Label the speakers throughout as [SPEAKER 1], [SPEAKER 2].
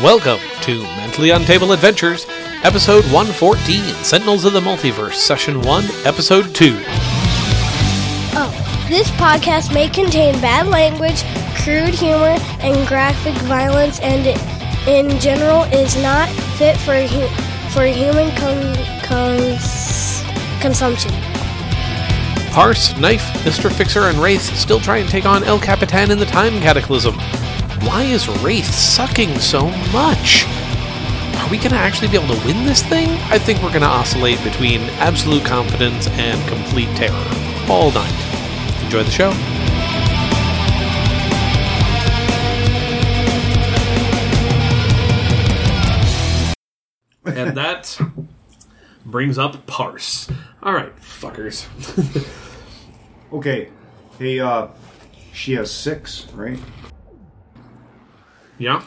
[SPEAKER 1] Welcome to Mentally Untable Adventures, Episode 114 Sentinels of the Multiverse, Session 1, Episode 2.
[SPEAKER 2] Oh, this podcast may contain bad language, crude humor, and graphic violence, and it, in general is not fit for hu- for human con- cons- consumption.
[SPEAKER 1] Parse, Knife, Mr. Fixer, and Wraith still try and take on El Capitan in the Time Cataclysm. Why is Wraith sucking so much? Are we going to actually be able to win this thing? I think we're going to oscillate between absolute confidence and complete terror all night. Enjoy the show. And that brings up Parse. All right, fuckers.
[SPEAKER 3] Okay. Hey, uh, she has six, right?
[SPEAKER 1] Yeah.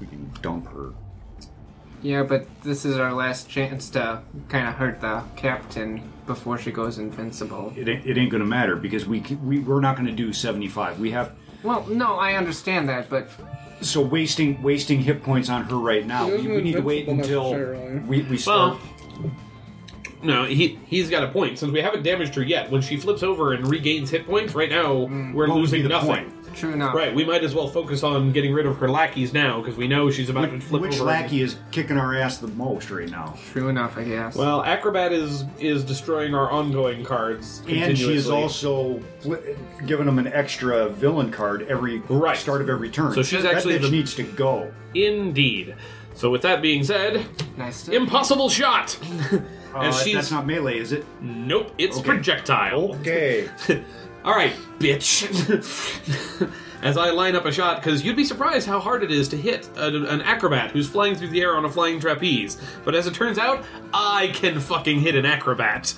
[SPEAKER 3] We can dump her.
[SPEAKER 4] Yeah, but this is our last chance to kind of hurt the captain before she goes invincible.
[SPEAKER 3] It ain't, it ain't gonna matter because we can, we we're not gonna do seventy five. We have
[SPEAKER 4] Well, no, I understand that, but
[SPEAKER 3] so wasting wasting hit points on her right now. We, we need to wait until we we start.
[SPEAKER 1] Well, no, he he's got a point. Since we haven't damaged her yet, when she flips over and regains hit points, right now
[SPEAKER 3] What would
[SPEAKER 1] we're
[SPEAKER 3] Mm, be
[SPEAKER 1] losing
[SPEAKER 3] the
[SPEAKER 1] nothing.
[SPEAKER 4] true enough.
[SPEAKER 1] Right, we might as well focus on getting rid of her lackeys now because we know she's about
[SPEAKER 3] Which,
[SPEAKER 1] to flip
[SPEAKER 3] which
[SPEAKER 1] over.
[SPEAKER 3] lackey is kicking our ass the most right now?
[SPEAKER 4] True enough, I guess.
[SPEAKER 1] Well, acrobat is is destroying our ongoing cards.
[SPEAKER 3] And she is
[SPEAKER 1] continuously.
[SPEAKER 3] also fli giving them an extra villain card every
[SPEAKER 1] Right.
[SPEAKER 3] start of every turn.
[SPEAKER 1] So she's
[SPEAKER 3] that
[SPEAKER 1] actually
[SPEAKER 3] bitch
[SPEAKER 1] the-
[SPEAKER 3] needs to go.
[SPEAKER 1] indeed. So with that being said,
[SPEAKER 4] nice. To-
[SPEAKER 1] impossible shot.
[SPEAKER 3] Uh,
[SPEAKER 1] and she's
[SPEAKER 3] that's not melee, is it?
[SPEAKER 1] nope, it's
[SPEAKER 3] Okay. Oh.
[SPEAKER 1] projectile.
[SPEAKER 3] Okay.
[SPEAKER 1] All right, bitch. As I line up a shot, because you'd be surprised how hard it is to hit a, an acrobat who's flying through the air on a flying trapeze. But as it turns out, I can fucking hit an acrobat.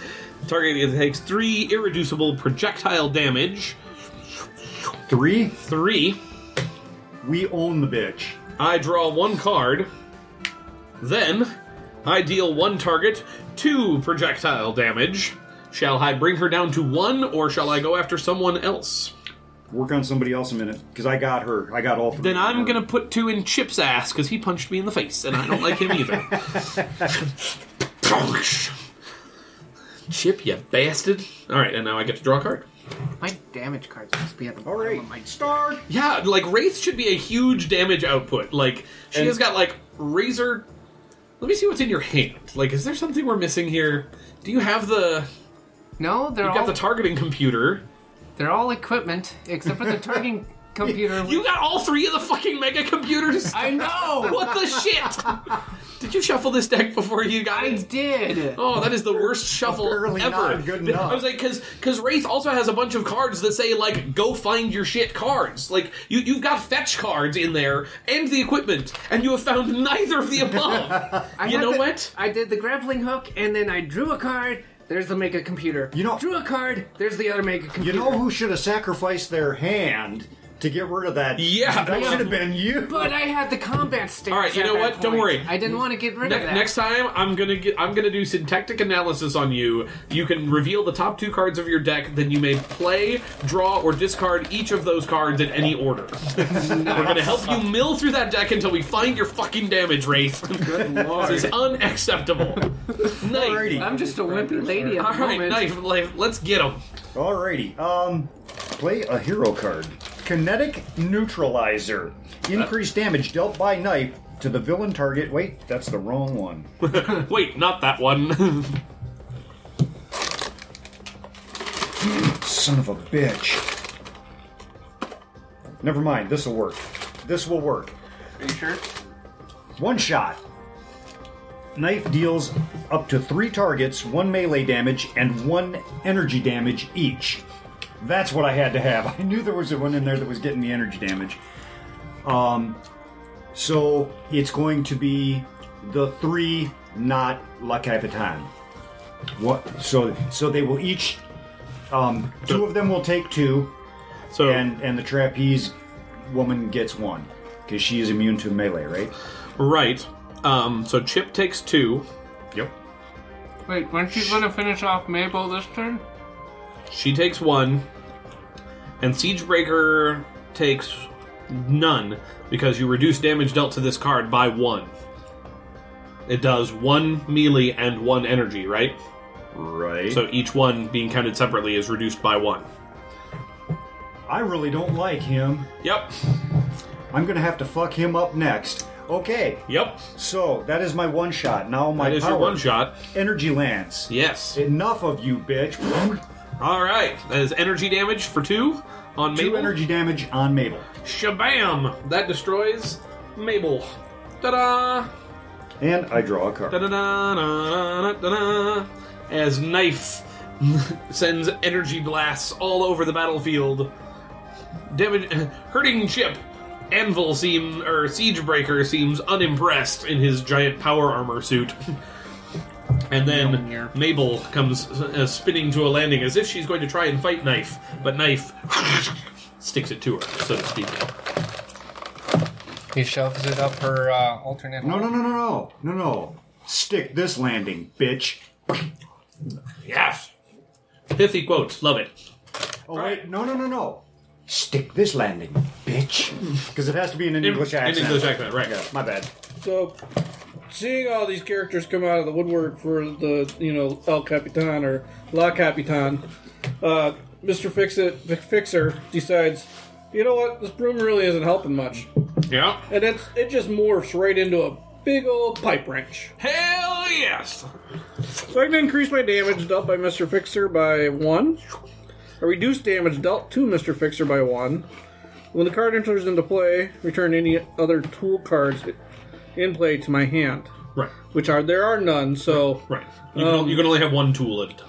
[SPEAKER 1] Target takes three irreducible projectile damage.
[SPEAKER 3] Three.
[SPEAKER 1] Three.
[SPEAKER 3] We own the bitch.
[SPEAKER 1] I draw one card. Then, I deal one target two projectile damage. Shall I bring her down to one, or shall I go after someone else?
[SPEAKER 3] Work on somebody else a minute, because I got her. I got all three.
[SPEAKER 1] Then I'm
[SPEAKER 3] Or-
[SPEAKER 1] gonna put two in Chip's ass because he punched me in the face, and I don't like him either. Chip, you bastard! All right, and now I get to draw a card.
[SPEAKER 4] my damage cards must be at the
[SPEAKER 3] All
[SPEAKER 4] bottom
[SPEAKER 3] right,
[SPEAKER 4] of my
[SPEAKER 3] start.
[SPEAKER 1] Yeah, like Wraith should be a huge damage output. Like she
[SPEAKER 3] And-
[SPEAKER 1] has got like razor. Let me see what's in your hand. Like, is there something we're missing here? Do you have the?
[SPEAKER 4] No, they're
[SPEAKER 1] You got
[SPEAKER 4] all
[SPEAKER 1] the targeting computer.
[SPEAKER 4] they're all equipment except for the targeting computer.
[SPEAKER 1] You got all three of the fucking mega computers.
[SPEAKER 4] I know.
[SPEAKER 1] what the shit? Did you shuffle this deck before you got
[SPEAKER 4] I
[SPEAKER 1] it?
[SPEAKER 4] did.
[SPEAKER 1] Oh, that is the worst shuffle
[SPEAKER 3] Apparently
[SPEAKER 1] ever.
[SPEAKER 3] not good
[SPEAKER 1] But
[SPEAKER 3] enough.
[SPEAKER 1] I was like, because because Wraith also has a bunch of cards that say like "Go find your shit" cards. Like you you've got fetch cards in there and the equipment, and you have found neither of the above.
[SPEAKER 4] I
[SPEAKER 1] you
[SPEAKER 4] had
[SPEAKER 1] know
[SPEAKER 4] the-
[SPEAKER 1] what?
[SPEAKER 4] I did the grappling hook, and then I drew a card. There's the mega computer.
[SPEAKER 3] You know-
[SPEAKER 4] drew a card. There's the other mega
[SPEAKER 3] You
[SPEAKER 4] computer.
[SPEAKER 3] know who should have sacrificed their hand to get rid of that?
[SPEAKER 1] Yeah.
[SPEAKER 3] that should have been you.
[SPEAKER 4] But I had the combat stance.
[SPEAKER 1] All right, you
[SPEAKER 4] at
[SPEAKER 1] know
[SPEAKER 4] that
[SPEAKER 1] what? Don't
[SPEAKER 4] point.
[SPEAKER 1] worry.
[SPEAKER 4] I didn't want to get rid of
[SPEAKER 1] Ne-
[SPEAKER 4] that.
[SPEAKER 1] next time, I'm gonna get, I'm gonna do syntactic analysis on you. You can reveal the top two cards of your deck. Then you may play, draw, or discard each of those cards in any order. We're gonna help you mill through that deck until we find your fucking damage, Wraith.
[SPEAKER 4] Good lord.
[SPEAKER 1] This is unacceptable. Knife.
[SPEAKER 4] I'm just a wimpy lady at
[SPEAKER 1] All
[SPEAKER 4] the
[SPEAKER 1] right,
[SPEAKER 4] moment.
[SPEAKER 1] knife, knife. Let's get him.
[SPEAKER 3] Alrighty. Um, play a hero card. Kinetic neutralizer. Increased damage dealt by knife to the villain target. Wait, that's the wrong one.
[SPEAKER 1] Wait, not that one.
[SPEAKER 3] Son of a bitch. Never mind. This will work. This will work.
[SPEAKER 4] Are you sure?
[SPEAKER 3] One shot. Knife deals up to three targets, one melee damage, and one energy damage each. That's what I had to have. I knew there was one in there that was getting the energy damage. Um, so it's going to be the three, not La Capitan. What? So, so they will each. Um, two of them will take two,
[SPEAKER 1] so
[SPEAKER 3] and and the trapeze woman gets one because she is immune to melee, right?
[SPEAKER 1] right. Um, so Chip takes two.
[SPEAKER 3] Yep.
[SPEAKER 4] Wait, weren't you going to finish off Mabel this turn?
[SPEAKER 1] She takes one, and Siegebreaker takes None, because you reduce damage dealt to this card by one. It does one melee and one energy, right?
[SPEAKER 3] Right.
[SPEAKER 1] So each one being counted separately is reduced by one.
[SPEAKER 3] I really don't like him.
[SPEAKER 1] Yep.
[SPEAKER 3] I'm gonna have to fuck him up next. Okay,
[SPEAKER 1] Yep.
[SPEAKER 3] so that is my one shot. Now my
[SPEAKER 1] That is
[SPEAKER 3] power.
[SPEAKER 1] your one shot.
[SPEAKER 3] Energy lands.
[SPEAKER 1] Yes.
[SPEAKER 3] Enough of you, bitch.
[SPEAKER 1] All right. That is energy damage for two on
[SPEAKER 3] Two
[SPEAKER 1] Mabel.
[SPEAKER 3] energy damage on Mabel.
[SPEAKER 1] Shabam! That destroys Mabel. Ta-da!
[SPEAKER 3] And I draw a card.
[SPEAKER 1] Da-da-da-da-da-da-da. As knife sends energy blasts all over the battlefield, damage hurting Chip. Anvil seem or Siegebreaker seems unimpressed in his giant power armor suit. And then
[SPEAKER 4] Mjolnir.
[SPEAKER 1] Mabel comes uh, spinning to a landing as if she's going to try and fight Knife, but Knife sticks it to her, so to speak.
[SPEAKER 4] He shoves it up her uh, alternate.
[SPEAKER 3] No, no, no, no, no, no, no. Stick this landing, bitch.
[SPEAKER 1] Yes. Pithy quotes, love it.
[SPEAKER 3] Oh wait, no, no, no, no. Stick this landing, bitch. Because it has to be in an English
[SPEAKER 1] in
[SPEAKER 3] accent.
[SPEAKER 1] English accent, right?
[SPEAKER 3] Yeah, my bad.
[SPEAKER 5] So, seeing all these characters come out of the woodwork for the you know El Capitan or La Capitan, uh, Mister Fix It Fixer decides, you know what, this broom really isn't helping much,
[SPEAKER 1] Yeah.
[SPEAKER 5] and it's it just morphs right into a big old pipe wrench.
[SPEAKER 1] Hell yes!
[SPEAKER 5] So I can increase my damage dealt by Mister Fixer by one, or reduce damage dealt to Mister Fixer by one. When the card enters into play, return any other tool cards in play to my hand.
[SPEAKER 1] Right,
[SPEAKER 5] which are there are none. So
[SPEAKER 1] right. You can, you can only have one tool at a time.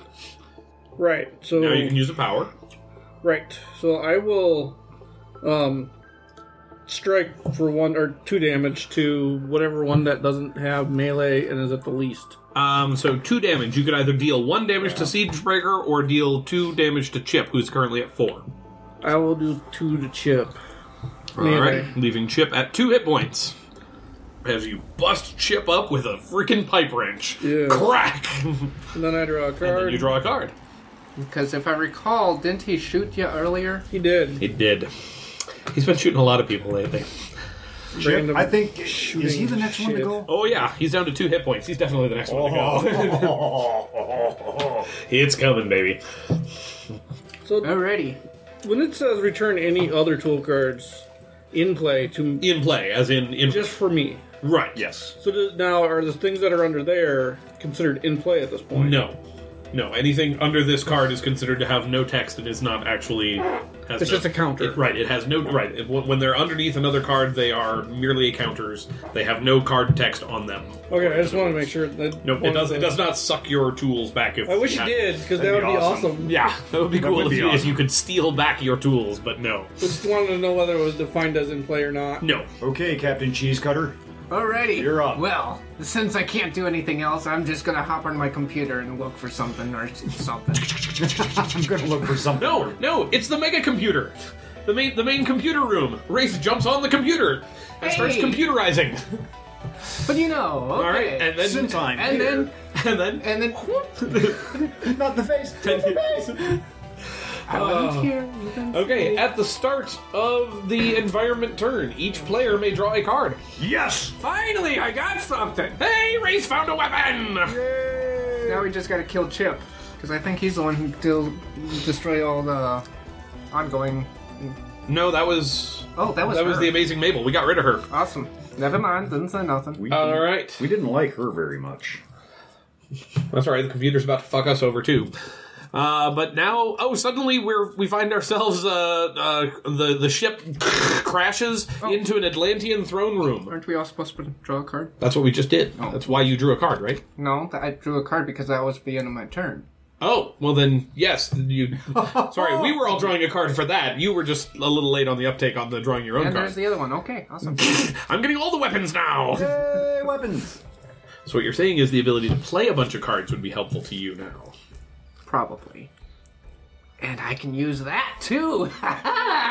[SPEAKER 5] right, so
[SPEAKER 1] Now you can use a power.
[SPEAKER 5] right, so I will, um, strike for one or two damage to whatever one that doesn't have melee and is at the least.
[SPEAKER 1] Um, so two damage. You could either deal one damage to Siegebreaker or deal two damage to Chip, who's currently at four.
[SPEAKER 5] I will do two to chip.
[SPEAKER 1] All
[SPEAKER 5] Melee.
[SPEAKER 1] right, leaving Chip at two hit points. As you bust Chip up with a freaking pipe wrench.
[SPEAKER 5] Yeah.
[SPEAKER 1] Crack!
[SPEAKER 5] And then I draw a card.
[SPEAKER 1] and you draw a card.
[SPEAKER 4] Because if I recall, didn't he shoot you earlier?
[SPEAKER 5] he did.
[SPEAKER 1] It did. He's been shooting a lot of people lately.
[SPEAKER 3] Chip,
[SPEAKER 5] Random
[SPEAKER 3] I think
[SPEAKER 5] shooting
[SPEAKER 3] is he the next one to
[SPEAKER 5] shit.
[SPEAKER 3] go?
[SPEAKER 1] Oh yeah, he's down to two hit points. He's definitely the next one to go.
[SPEAKER 3] Oh.
[SPEAKER 1] it's coming, baby.
[SPEAKER 5] So
[SPEAKER 4] Alrighty.
[SPEAKER 5] when it says return any other tool cards in play to
[SPEAKER 1] In play, as in in
[SPEAKER 5] just for me.
[SPEAKER 1] right.
[SPEAKER 3] yes.
[SPEAKER 5] So does, now are the things that are under there considered in play at this point?
[SPEAKER 1] No. No, anything under this card is considered to have no text and is not actually. Has
[SPEAKER 5] It's
[SPEAKER 1] no-
[SPEAKER 5] just a counter.
[SPEAKER 1] It- right, it has no. Right, it, when they're underneath another card, they are merely counters. They have no card text on them.
[SPEAKER 5] Okay, I just want to make sure that.
[SPEAKER 1] No, it does. It does not suck your tools back. If
[SPEAKER 5] I wish
[SPEAKER 1] you had-
[SPEAKER 5] it did, because that
[SPEAKER 3] That'd
[SPEAKER 5] would
[SPEAKER 3] be
[SPEAKER 5] be
[SPEAKER 3] awesome.
[SPEAKER 5] awesome.
[SPEAKER 1] Yeah, that would be cool
[SPEAKER 3] would
[SPEAKER 1] if,
[SPEAKER 3] be
[SPEAKER 1] you, if
[SPEAKER 3] awesome.
[SPEAKER 1] you could steal back your tools, but no,
[SPEAKER 5] I just wanted to know whether it was defined as in play or not.
[SPEAKER 1] no.
[SPEAKER 3] Okay, Captain Cheese Cutter.
[SPEAKER 4] Alrighty.
[SPEAKER 3] You're up.
[SPEAKER 4] Well, since I can't do anything else, I'm just gonna hop on my computer and look for something or something.
[SPEAKER 3] I'm gonna look for something.
[SPEAKER 1] No, no, it's the mega computer. The main the main computer room. Wraith jumps on the computer and starts
[SPEAKER 4] Hey!
[SPEAKER 1] computerizing.
[SPEAKER 4] But you know, okay.
[SPEAKER 1] All right, and then
[SPEAKER 3] Sometime.
[SPEAKER 4] and then
[SPEAKER 1] and then
[SPEAKER 4] and then
[SPEAKER 3] Not the face. Not the face.
[SPEAKER 4] I wasn't here. You guys-
[SPEAKER 1] Okay, at the start of the environment turn, each player may draw a card.
[SPEAKER 3] Yes.
[SPEAKER 1] Finally, I got something! Hey, Race found a weapon!
[SPEAKER 4] Now we just gotta kill Chip, because I think he's the one who del- destroy all the ongoing.
[SPEAKER 1] No, that was
[SPEAKER 4] Oh, that was
[SPEAKER 1] that
[SPEAKER 4] her.
[SPEAKER 1] was
[SPEAKER 4] Uh-huh.
[SPEAKER 1] the amazing Mabel. We got rid of her.
[SPEAKER 4] awesome. Never mind, didn't say nothing.
[SPEAKER 3] We
[SPEAKER 1] All
[SPEAKER 3] didn't-
[SPEAKER 1] right,
[SPEAKER 3] We didn't like her very much.
[SPEAKER 1] that's all right. The computer's about to fuck us over too. Uh, but now, oh, suddenly we're we find ourselves uh, uh, the the ship crashes
[SPEAKER 4] Oh.
[SPEAKER 1] into an Atlantean throne room.
[SPEAKER 4] Aren't we all supposed to draw a card?
[SPEAKER 1] That's what we just did.
[SPEAKER 4] Oh.
[SPEAKER 1] That's why you drew a card, right?
[SPEAKER 4] No, th- I drew a card because that was the end of my turn.
[SPEAKER 1] Oh, well then, yes. You, sorry, we were all drawing a card for that. You were just a little late on the uptake on the drawing your own
[SPEAKER 4] And
[SPEAKER 1] card.
[SPEAKER 4] there's the other one. Okay, awesome.
[SPEAKER 1] I'm getting all the weapons now.
[SPEAKER 3] Hey, weapons.
[SPEAKER 1] So what you're saying is the ability to play a bunch of cards would be helpful to you now.
[SPEAKER 4] Probably. And I can use that too.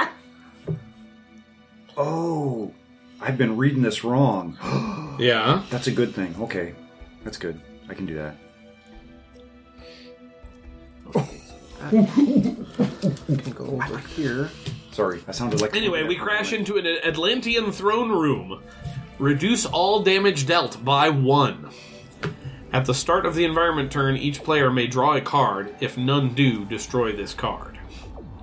[SPEAKER 3] Oh, I've been reading this wrong.
[SPEAKER 1] Yeah.
[SPEAKER 3] That's a good thing. Okay, that's good. I can do that.
[SPEAKER 4] I can go over here.
[SPEAKER 3] Sorry, I sounded like.
[SPEAKER 1] Anyway, we crash into an Atlantean throne room. Reduce all damage dealt by one. At the start of the environment turn, each player may draw a card. If none do, destroy this card.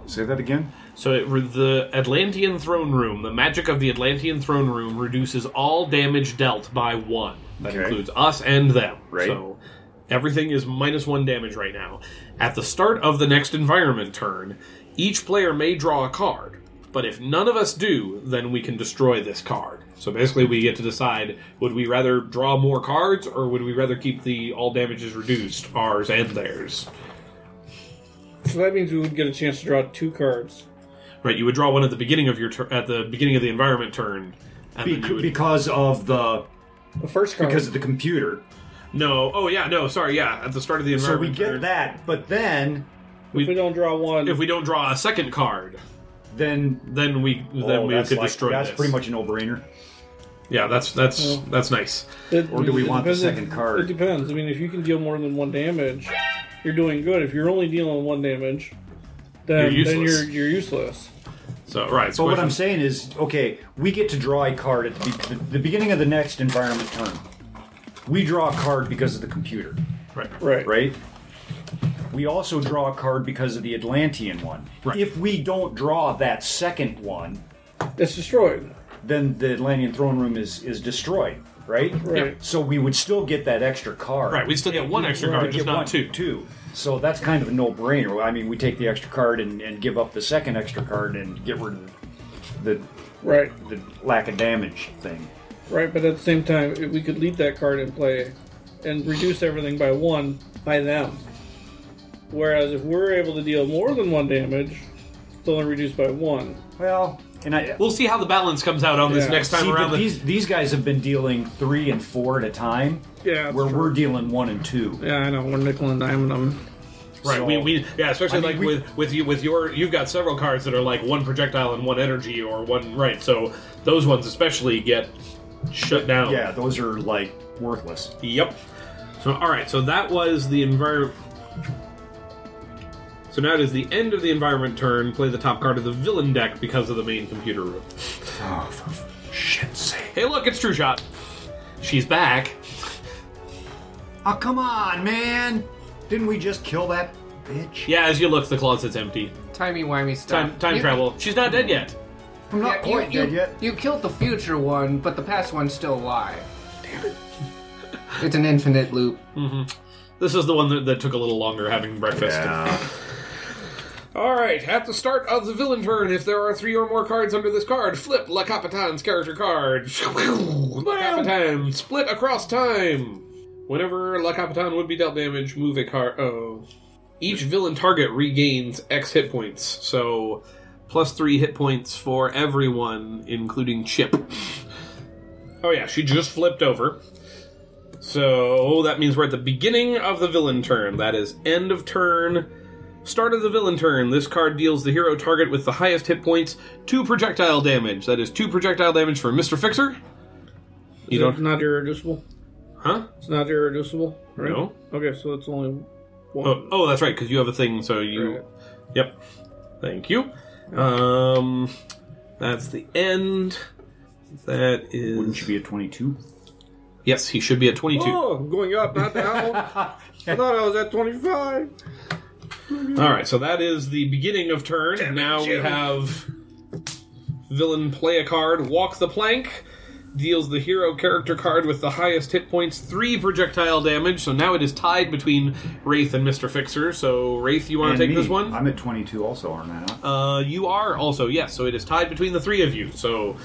[SPEAKER 3] Say that again.
[SPEAKER 1] So it, re- the Atlantean throne room, the magic of the Atlantean throne room reduces all damage dealt by one. That
[SPEAKER 3] Okay.
[SPEAKER 1] includes us and them.
[SPEAKER 3] Right.
[SPEAKER 1] So everything is minus one damage right now. At the start of the next environment turn, each player may draw a card. But if none of us do, then we can destroy this card. So basically, we get to decide would we rather draw more cards or would we rather keep the all damages reduced, ours and theirs?
[SPEAKER 5] So that means we would get a chance to draw two cards.
[SPEAKER 1] Right, you would draw one at the beginning of your tur at the beginning of the environment turn, and then
[SPEAKER 3] Bec-
[SPEAKER 1] you would
[SPEAKER 3] because of the
[SPEAKER 5] The first card.
[SPEAKER 3] because of the computer,
[SPEAKER 1] no. Oh yeah, no, sorry, yeah, at the start of the
[SPEAKER 3] so we
[SPEAKER 1] environment.
[SPEAKER 3] get
[SPEAKER 1] turn,
[SPEAKER 3] that. But then,
[SPEAKER 5] if we don't draw one,
[SPEAKER 1] If we don't draw a second card,
[SPEAKER 3] then
[SPEAKER 1] then we then
[SPEAKER 3] oh,
[SPEAKER 1] we
[SPEAKER 3] that's
[SPEAKER 1] could
[SPEAKER 3] like-
[SPEAKER 1] destroy.
[SPEAKER 3] That's
[SPEAKER 1] this.
[SPEAKER 3] pretty much a no-brainer.
[SPEAKER 1] yeah. That's that's that's nice.
[SPEAKER 5] It-
[SPEAKER 3] Or do we
[SPEAKER 5] it
[SPEAKER 3] want the
[SPEAKER 5] depends if-
[SPEAKER 3] second card?
[SPEAKER 5] It depends. I mean, if you can deal more than one damage, you're doing good. If you're only dealing one damage, then
[SPEAKER 1] You're
[SPEAKER 5] then
[SPEAKER 1] useless.
[SPEAKER 5] you're you're useless.
[SPEAKER 1] So right. So
[SPEAKER 3] But what I'm saying is, okay, we get to draw a card at the, be- the, the beginning of the next environment turn. We draw a card because of the computer,
[SPEAKER 1] right.
[SPEAKER 5] Right.
[SPEAKER 3] right? We also draw a card because of the Atlantean one.
[SPEAKER 1] Right.
[SPEAKER 3] If we don't draw that second one,
[SPEAKER 5] It's destroyed.
[SPEAKER 3] then the Atlantean throne room is is destroyed, right?
[SPEAKER 5] Right.
[SPEAKER 3] So we would still get that extra card.
[SPEAKER 1] Right, we still get one extra
[SPEAKER 3] We
[SPEAKER 1] card,
[SPEAKER 3] would
[SPEAKER 1] just
[SPEAKER 3] get
[SPEAKER 1] not
[SPEAKER 3] one,
[SPEAKER 1] two.
[SPEAKER 3] Two. So that's kind of a no-brainer. I mean, we take the extra card and, and give up the second extra card and get rid of the
[SPEAKER 5] Right.
[SPEAKER 3] the lack of damage thing.
[SPEAKER 5] Right. But at the same time, if we could leave that card in play and reduce everything by one by them. Whereas if we're able to deal more than one damage, it's only reduced by one.
[SPEAKER 3] Well, and I
[SPEAKER 1] We'll see how the balance comes out on this
[SPEAKER 5] Yeah.
[SPEAKER 1] next time
[SPEAKER 3] see,
[SPEAKER 1] around.
[SPEAKER 3] but these these guys have been dealing three and four at a time,
[SPEAKER 5] Yeah.
[SPEAKER 3] where we're dealing one and two.
[SPEAKER 5] Yeah, I know. We're nickel and diamond them.
[SPEAKER 1] Right, we, we yeah, especially
[SPEAKER 3] I mean,
[SPEAKER 1] like
[SPEAKER 3] we-
[SPEAKER 1] with with you with your you've got several cards that are like one projectile and one energy or one right. So those ones especially get shut down.
[SPEAKER 3] Yeah, those are like worthless.
[SPEAKER 1] Yep. So all right, so that was the environment. So now it is the end of the environment turn. Play the top card of the villain deck because of the main computer room.
[SPEAKER 3] Oh, for shit's sake!
[SPEAKER 1] Hey, look, it's True Shot. She's back.
[SPEAKER 3] Oh, come on, man! Didn't we just kill that bitch?
[SPEAKER 1] Yeah, as you look, the closet's empty.
[SPEAKER 4] Timey wimey stuff.
[SPEAKER 1] Time time
[SPEAKER 4] You-
[SPEAKER 1] travel. She's not dead yet.
[SPEAKER 3] I'm not
[SPEAKER 4] Yeah,
[SPEAKER 3] quite
[SPEAKER 4] you,
[SPEAKER 3] dead
[SPEAKER 4] you,
[SPEAKER 3] yet.
[SPEAKER 4] you killed the future one, but the past one's still alive. Damn it. it's an infinite loop.
[SPEAKER 1] This is the one that, that took a little longer having breakfast. All right, at the start of the villain turn, if there are three or more cards under this card, flip La Capitan's character card. La Capitan, split across time. Whenever La Capitan would be dealt damage, move a card. Oh. Each villain target regains X hit points, so plus three hit points for everyone, including Chip. Oh, yeah, she just flipped over. So that means we're at the beginning of the villain turn. That is end of turn. Start of the villain turn. This card deals the hero target with the highest hit points two projectile damage. That is two projectile damage for Mr. Fixer. You
[SPEAKER 5] It's
[SPEAKER 1] don't.
[SPEAKER 5] not irreducible.
[SPEAKER 1] Huh?
[SPEAKER 5] It's not irreducible, right?
[SPEAKER 1] No.
[SPEAKER 5] Okay, so it's only one.
[SPEAKER 1] Oh, oh that's right, because you have a thing, so you.
[SPEAKER 5] Right.
[SPEAKER 1] Yep. Thank you. Um, that's the end. That
[SPEAKER 3] Wouldn't you
[SPEAKER 1] is.
[SPEAKER 3] be a 22?
[SPEAKER 1] Yes, he should be at 22.
[SPEAKER 5] Oh, going up, not down. I thought I was at 25.
[SPEAKER 1] All right, so that is the beginning of turn. now we have villain play a card, walk the plank, deals the hero character card with the highest hit points, three projectile damage. So now it is tied between Wraith and Mister Fixer. So Wraith, you want
[SPEAKER 3] And
[SPEAKER 1] to take
[SPEAKER 3] me.
[SPEAKER 1] this one?
[SPEAKER 3] I'm at 22 also, aren't I? not?
[SPEAKER 1] Uh, you are also yes. So it is tied between the three of you. So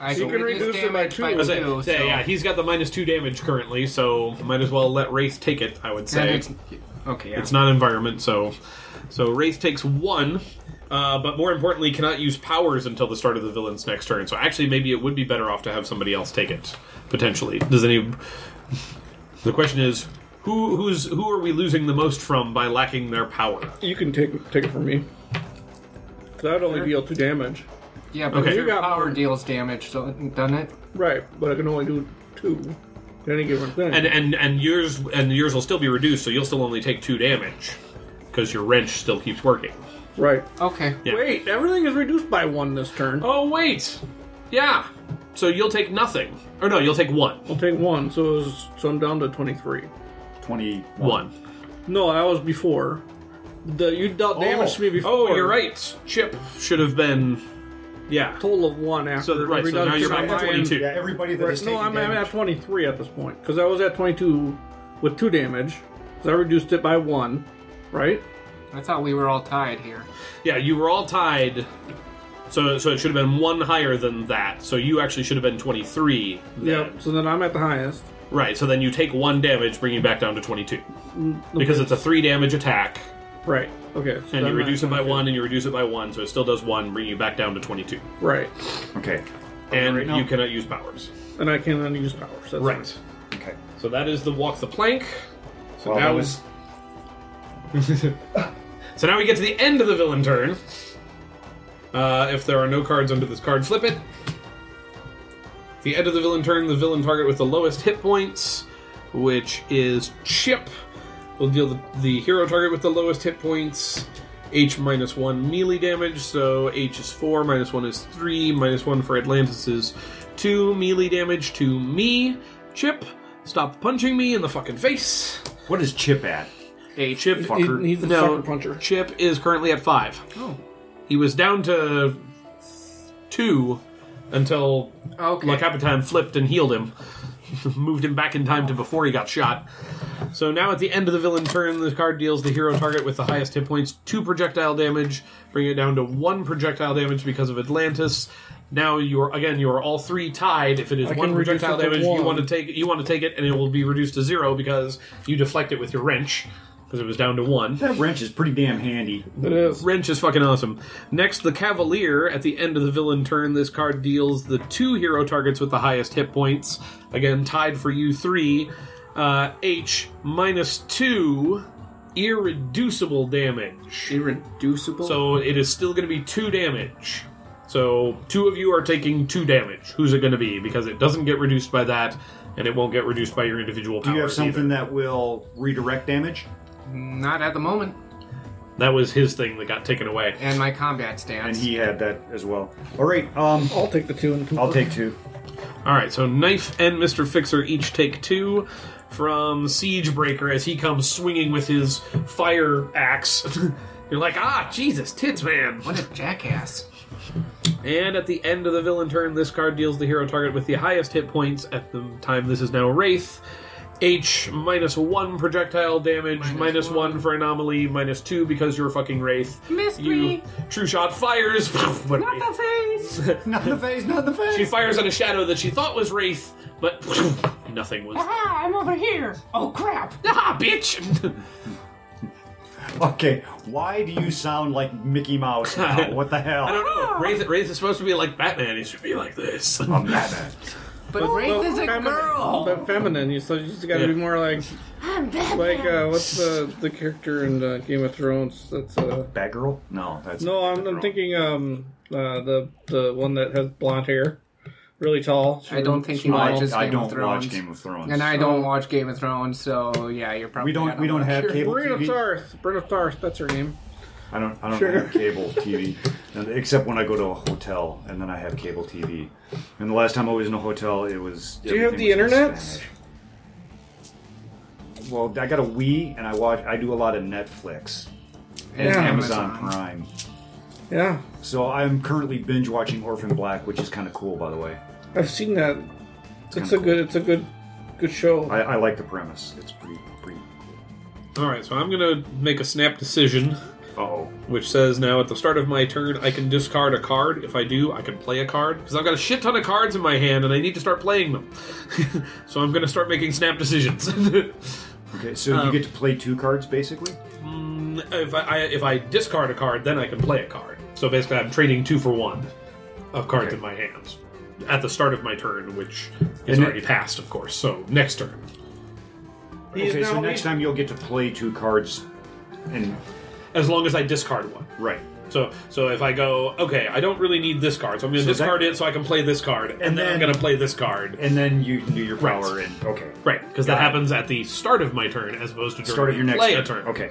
[SPEAKER 4] I
[SPEAKER 5] you can reduce it by
[SPEAKER 4] damage
[SPEAKER 5] two.
[SPEAKER 4] by
[SPEAKER 5] I
[SPEAKER 1] say-
[SPEAKER 4] two,
[SPEAKER 1] say,
[SPEAKER 4] so-
[SPEAKER 1] yeah, he's got the minus two damage currently. So might as well let Wraith take it. I would
[SPEAKER 4] And
[SPEAKER 1] say
[SPEAKER 4] it's- okay, yeah.
[SPEAKER 1] It's not environment, so so Wraith takes one, uh, but more importantly, cannot use powers until the start of the villain's next turn. So actually, maybe it would be better off to have somebody else take it potentially. Does any? The question is, who who's who are we losing the most from by lacking their power?
[SPEAKER 5] You can take take it from me. Because I'd only deal two damage.
[SPEAKER 4] yeah, but
[SPEAKER 1] okay.
[SPEAKER 4] your
[SPEAKER 5] You got
[SPEAKER 4] power
[SPEAKER 5] more.
[SPEAKER 4] deals damage, so doesn't it?
[SPEAKER 5] Right, but I can only do two at any given thing.
[SPEAKER 1] And and and yours and yours will still be reduced, so you'll still only take two damage because your wrench still keeps working.
[SPEAKER 5] Right.
[SPEAKER 4] Okay.
[SPEAKER 1] Yeah.
[SPEAKER 5] Wait, everything is reduced by one this turn.
[SPEAKER 1] Oh wait, yeah. So you'll take nothing, or no, you'll take one.
[SPEAKER 5] I'll take one, so it was, so I'm down to 23.
[SPEAKER 3] 21.
[SPEAKER 1] One.
[SPEAKER 5] No, that was before. The you dealt damage
[SPEAKER 3] Oh.
[SPEAKER 5] to me before.
[SPEAKER 1] Oh, you're right. Chip should have been. Yeah.
[SPEAKER 5] Total of one after.
[SPEAKER 1] So right. So now
[SPEAKER 5] reduction
[SPEAKER 1] you're back
[SPEAKER 5] by
[SPEAKER 1] to
[SPEAKER 5] my-
[SPEAKER 1] twenty-two.
[SPEAKER 3] Yeah, everybody that
[SPEAKER 5] Right,
[SPEAKER 3] has
[SPEAKER 5] no,
[SPEAKER 3] taken
[SPEAKER 5] I'm, I'm
[SPEAKER 3] damage-
[SPEAKER 5] at 23 at this point because I was at 22 with two damage, so I reduced it by one. Right?
[SPEAKER 4] I thought we were all tied here.
[SPEAKER 1] Yeah, you were all tied. So, so it should have been one higher than that. So you actually should have been 23 then.
[SPEAKER 5] So then I'm at the highest.
[SPEAKER 1] Right, so then you take one damage, bringing you back down to 22. Because it's a 3 damage attack,
[SPEAKER 5] Right. Okay. So
[SPEAKER 1] and you
[SPEAKER 5] then
[SPEAKER 1] reduce it
[SPEAKER 5] I'm at
[SPEAKER 1] by
[SPEAKER 5] 22.
[SPEAKER 1] 1, and you reduce it by 1, so it still does 1, bringing you back down to 22.
[SPEAKER 5] Right.
[SPEAKER 3] Okay.
[SPEAKER 1] And
[SPEAKER 3] now?
[SPEAKER 1] you cannot use powers.
[SPEAKER 5] And I can then use powers. That's fine.
[SPEAKER 3] Okay.
[SPEAKER 1] So that is the walk the plank. So
[SPEAKER 3] Well,
[SPEAKER 1] now
[SPEAKER 3] that was-
[SPEAKER 1] So now we get to the end of the villain turn. Uh, if there are no cards under this card, flip it. At the end of the villain turn, the villain target with the lowest hit points, which is Chip, will deal the, the hero target with the lowest hit points. H minus one melee damage, so H is four, minus one is three, minus one for Atlantis is two melee damage to me. Chip, stop punching me in the fucking face.
[SPEAKER 3] What is Chip at?
[SPEAKER 4] Hey,
[SPEAKER 1] Chip
[SPEAKER 3] Fucker.
[SPEAKER 5] He- he's the
[SPEAKER 1] no,
[SPEAKER 5] sucker puncher.
[SPEAKER 1] Chip is currently at five. Oh. He was down to two until
[SPEAKER 4] Okay.
[SPEAKER 1] La Capitan flipped and healed him. Moved him back in time to before he got shot. So now at the end of the villain turn, the card deals the hero target with the highest hit points two projectile damage, bring it down to one projectile damage because of Atlantis. Now you are again you are all three tied. If it is
[SPEAKER 5] can
[SPEAKER 1] one
[SPEAKER 5] reduce
[SPEAKER 1] projectile
[SPEAKER 5] it to
[SPEAKER 1] damage, you
[SPEAKER 5] one.
[SPEAKER 1] want to take you want to take it, and it will be reduced to zero because you deflect it with your wrench because it was down to one.
[SPEAKER 3] That wrench is pretty damn handy.
[SPEAKER 5] It is.
[SPEAKER 1] Wrench is fucking awesome. Next, the Cavalier. At the end of the villain turn, this card deals the two hero targets with the highest hit points. Again, tied for you three. Uh, H minus two, irreducible damage.
[SPEAKER 4] Irreducible.
[SPEAKER 1] So it is still going to be two damage. So two of you are taking two damage. Who's it going to be? Because it doesn't get reduced by that, and it won't get reduced by your individual powers.
[SPEAKER 3] Do you have
[SPEAKER 1] either.
[SPEAKER 3] something that will redirect damage?
[SPEAKER 4] Not at the moment.
[SPEAKER 1] That was his thing that got taken away.
[SPEAKER 4] And my combat stance.
[SPEAKER 3] And he had that as well. All right. Um,
[SPEAKER 5] I'll take the two and two.
[SPEAKER 3] I'll take two.
[SPEAKER 1] All right, so Knife and Mr. Fixer each take two from Siegebreaker as he comes swinging with his fire axe. You're like, ah, Jesus, tits, man.
[SPEAKER 4] what a jackass.
[SPEAKER 1] And at the end of the villain turn, this card deals the hero target with the highest hit points. At the time, this is now Wraith. H minus one projectile damage, minus, minus one. one for anomaly, minus two because you're a fucking Wraith. You,
[SPEAKER 4] Mystery.
[SPEAKER 1] true shot fires. What a-
[SPEAKER 4] Not the face.
[SPEAKER 3] Not the face. Not the face.
[SPEAKER 1] she fires at a shadow that she thought was Wraith, but nothing was.
[SPEAKER 4] Ah, I'm over here. Oh crap.
[SPEAKER 1] Ah, bitch!
[SPEAKER 3] Okay. Why do you sound like Mickey Mouse now? What the hell?
[SPEAKER 1] I don't know.
[SPEAKER 4] Uh-huh.
[SPEAKER 1] Wraith, Wraith is supposed to be like Batman. He should be like this.
[SPEAKER 3] I'm mad at it.
[SPEAKER 4] But Wraith is a girl.
[SPEAKER 5] But feminine, you so you just gotta
[SPEAKER 1] Yeah.
[SPEAKER 5] be more like
[SPEAKER 2] I'm Batman.
[SPEAKER 5] like uh, what's the the character in uh, Game of Thrones? That's uh,
[SPEAKER 3] Batgirl? No, that's
[SPEAKER 5] no, I'm, I'm
[SPEAKER 3] Batgirl.
[SPEAKER 5] thinking um uh, the the one that has blonde hair, really tall.
[SPEAKER 4] I don't think he
[SPEAKER 3] No, I,
[SPEAKER 4] watches
[SPEAKER 3] I
[SPEAKER 4] Game
[SPEAKER 3] don't
[SPEAKER 4] of Thrones.
[SPEAKER 3] watch Game of Thrones.
[SPEAKER 4] and I don't watch Game of Thrones, so yeah, you're probably
[SPEAKER 3] We don't.
[SPEAKER 4] not
[SPEAKER 3] We don't
[SPEAKER 4] on
[SPEAKER 3] have
[SPEAKER 4] sure.
[SPEAKER 3] cable
[SPEAKER 5] Brina
[SPEAKER 3] TV.
[SPEAKER 5] Tarth, Brina Tarth, that's her name.
[SPEAKER 3] I don't. I don't
[SPEAKER 5] Sure.
[SPEAKER 3] have cable TV, and- except when I go to a hotel, and then I have cable TV. And the last time I was in a hotel, it was.
[SPEAKER 5] Do you have
[SPEAKER 3] everything
[SPEAKER 5] the
[SPEAKER 3] was in
[SPEAKER 5] internets?
[SPEAKER 3] Spanish. Well, I got a Wii, and I watch. I do a lot of Netflix,
[SPEAKER 4] And
[SPEAKER 5] Yeah.
[SPEAKER 3] Amazon,
[SPEAKER 4] Uh,
[SPEAKER 3] Prime.
[SPEAKER 5] Yeah,
[SPEAKER 3] So I'm currently binge watching Orphan Black, which is kind of cool, by the way.
[SPEAKER 5] I've seen that. It's
[SPEAKER 3] kinda
[SPEAKER 5] a good. It's a good. Good show.
[SPEAKER 3] I, I like the premise. It's pretty. pretty
[SPEAKER 1] All right, so I'm gonna make a snap decision,
[SPEAKER 3] uh oh.
[SPEAKER 1] which says now at the start of my turn I can discard a card. If I do, I can play a card because I've got a shit ton of cards in my hand and I need to start playing them. so I'm gonna start making snap decisions.
[SPEAKER 3] Okay, so
[SPEAKER 4] Um,
[SPEAKER 3] you get to play two cards basically.
[SPEAKER 1] if I, I if I discard a card, then I can play a card. So basically, I'm trading two for one of cards
[SPEAKER 3] Okay.
[SPEAKER 1] in my hands at the start of my turn, which is
[SPEAKER 3] And it-
[SPEAKER 1] already passed, of course. So next turn.
[SPEAKER 5] He is
[SPEAKER 3] okay, so
[SPEAKER 5] now-
[SPEAKER 3] next time you'll get to play two cards, and
[SPEAKER 1] as long as I discard one.
[SPEAKER 3] right,
[SPEAKER 1] So, so if I go, okay, I don't really need this card, so I'm going to
[SPEAKER 3] that-
[SPEAKER 1] discard it so I can play this card, and,
[SPEAKER 3] And
[SPEAKER 1] then, I'm
[SPEAKER 3] then-
[SPEAKER 1] going to play this card.
[SPEAKER 3] and then you can do your
[SPEAKER 1] Right.
[SPEAKER 3] power and okay,
[SPEAKER 1] right, because
[SPEAKER 3] Got
[SPEAKER 1] that
[SPEAKER 3] it.
[SPEAKER 1] happens at the start of my turn as opposed to during
[SPEAKER 3] Start of
[SPEAKER 1] the
[SPEAKER 3] your next
[SPEAKER 1] play a
[SPEAKER 3] turn.
[SPEAKER 1] turn.
[SPEAKER 3] Okay,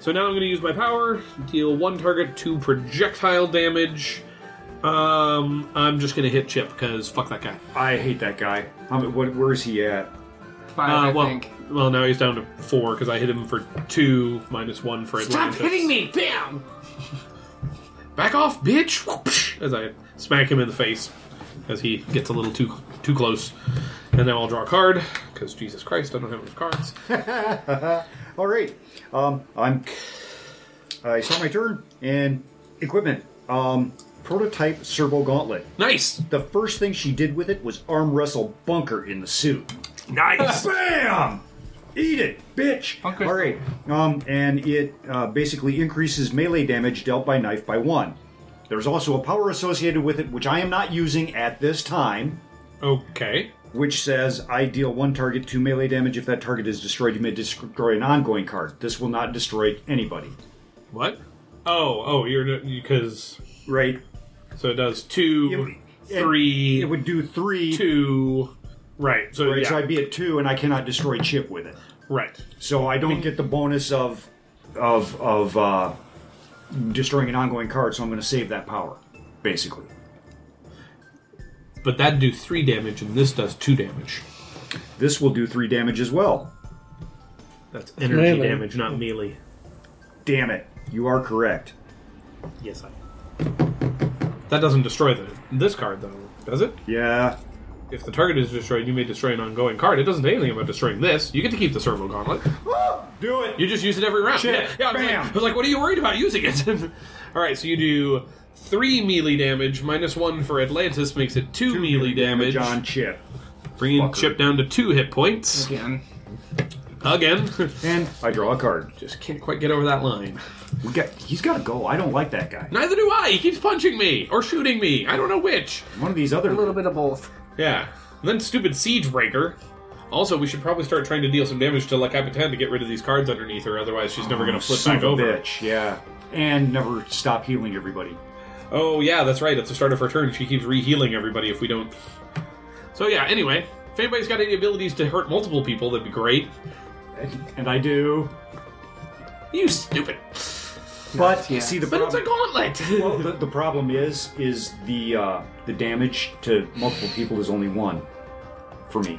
[SPEAKER 1] So now I'm going to use my power, deal one target, two projectile damage. Um, I'm just going to hit Chip because fuck that guy.
[SPEAKER 3] I hate that guy. How many- what, where is he at?
[SPEAKER 4] Five,
[SPEAKER 1] Uh,
[SPEAKER 4] I
[SPEAKER 1] well,
[SPEAKER 4] think.
[SPEAKER 1] well, now he's down to four because I hit him for two minus one for
[SPEAKER 4] Stop
[SPEAKER 1] Atlantis.
[SPEAKER 4] hitting me! Bam!
[SPEAKER 1] Back off, bitch! Whoopsh, As I smack him in the face as he gets a little too too close, and now I'll draw a card because Jesus Christ, I don't have enough cards.
[SPEAKER 3] All right. Um, I'm. I start my turn and equipment. Um, prototype servo gauntlet.
[SPEAKER 1] nice,
[SPEAKER 3] The first thing she did with it was arm wrestle Bunker in the suit.
[SPEAKER 1] nice.
[SPEAKER 3] Bam! Eat it, bitch!
[SPEAKER 4] Bunker's-
[SPEAKER 3] All right. Um, and it uh, basically increases melee damage dealt by knife by one. There's also a power associated with it, which I am not using at this time,
[SPEAKER 1] okay,
[SPEAKER 3] which says I deal one target two melee damage. If that target is destroyed, you may destroy an ongoing card. This will not destroy anybody.
[SPEAKER 1] what? Oh, oh, you're because
[SPEAKER 3] Right?
[SPEAKER 1] so it does two,
[SPEAKER 3] It- it-
[SPEAKER 1] three,
[SPEAKER 3] It would do three.
[SPEAKER 1] two. Right. So
[SPEAKER 3] Right,
[SPEAKER 1] yeah.
[SPEAKER 3] So I'd be at two, and I cannot destroy Chip with it.
[SPEAKER 1] right.
[SPEAKER 3] So I don't get the bonus of of of uh, destroying an ongoing card. So I'm going to save that power, basically.
[SPEAKER 1] But that'd do three damage, and this does two damage.
[SPEAKER 3] This will do three damage as well.
[SPEAKER 1] That's energy
[SPEAKER 5] Melee.
[SPEAKER 1] damage, not melee.
[SPEAKER 3] Damn it! You are correct.
[SPEAKER 1] Yes, I. That doesn't destroy the, this card, though, does it?
[SPEAKER 3] Yeah.
[SPEAKER 1] If the target is destroyed, you may destroy an ongoing card. It doesn't say anything about destroying this. You get to keep the servo gauntlet.
[SPEAKER 3] Do it.
[SPEAKER 1] You just use it every round.
[SPEAKER 3] Shit.
[SPEAKER 1] Yeah, yeah, I was
[SPEAKER 3] Bam.
[SPEAKER 1] Like, I was like, what are you worried about using it? All right, so you do three melee damage minus one for Atlantis makes it two, melee damage,
[SPEAKER 3] John Chip.
[SPEAKER 1] bringing
[SPEAKER 3] Fucker.
[SPEAKER 1] Chip down to two hit points
[SPEAKER 4] Again.
[SPEAKER 1] again.
[SPEAKER 3] And I draw a card.
[SPEAKER 1] just can't quite get over that line.
[SPEAKER 3] We got. He's got to go. I don't like that guy.
[SPEAKER 1] Neither do I. He keeps punching me or shooting me. I don't know which.
[SPEAKER 3] One of these
[SPEAKER 4] A little
[SPEAKER 3] other.
[SPEAKER 4] bit of both.
[SPEAKER 1] Yeah. And then stupid Siege Breaker. Also, we should probably start trying to deal some damage to La Capitaine to get rid of these cards underneath her, otherwise she's never going to flip
[SPEAKER 3] Oh, son
[SPEAKER 1] back
[SPEAKER 3] of a
[SPEAKER 1] over.
[SPEAKER 3] Bitch. Yeah. And never stop healing everybody.
[SPEAKER 1] Oh, yeah, that's right. At the start of her turn, she keeps rehealing everybody if we don't. So, yeah, anyway, if anybody's got any abilities to hurt multiple people, that'd be great.
[SPEAKER 3] And, and I do.
[SPEAKER 1] You stupid.
[SPEAKER 3] But
[SPEAKER 4] Yeah.
[SPEAKER 3] see the
[SPEAKER 1] But it's
[SPEAKER 3] problem.
[SPEAKER 1] a gauntlet!
[SPEAKER 3] Well, the, the problem is, is the uh, the damage to multiple people is only one for me.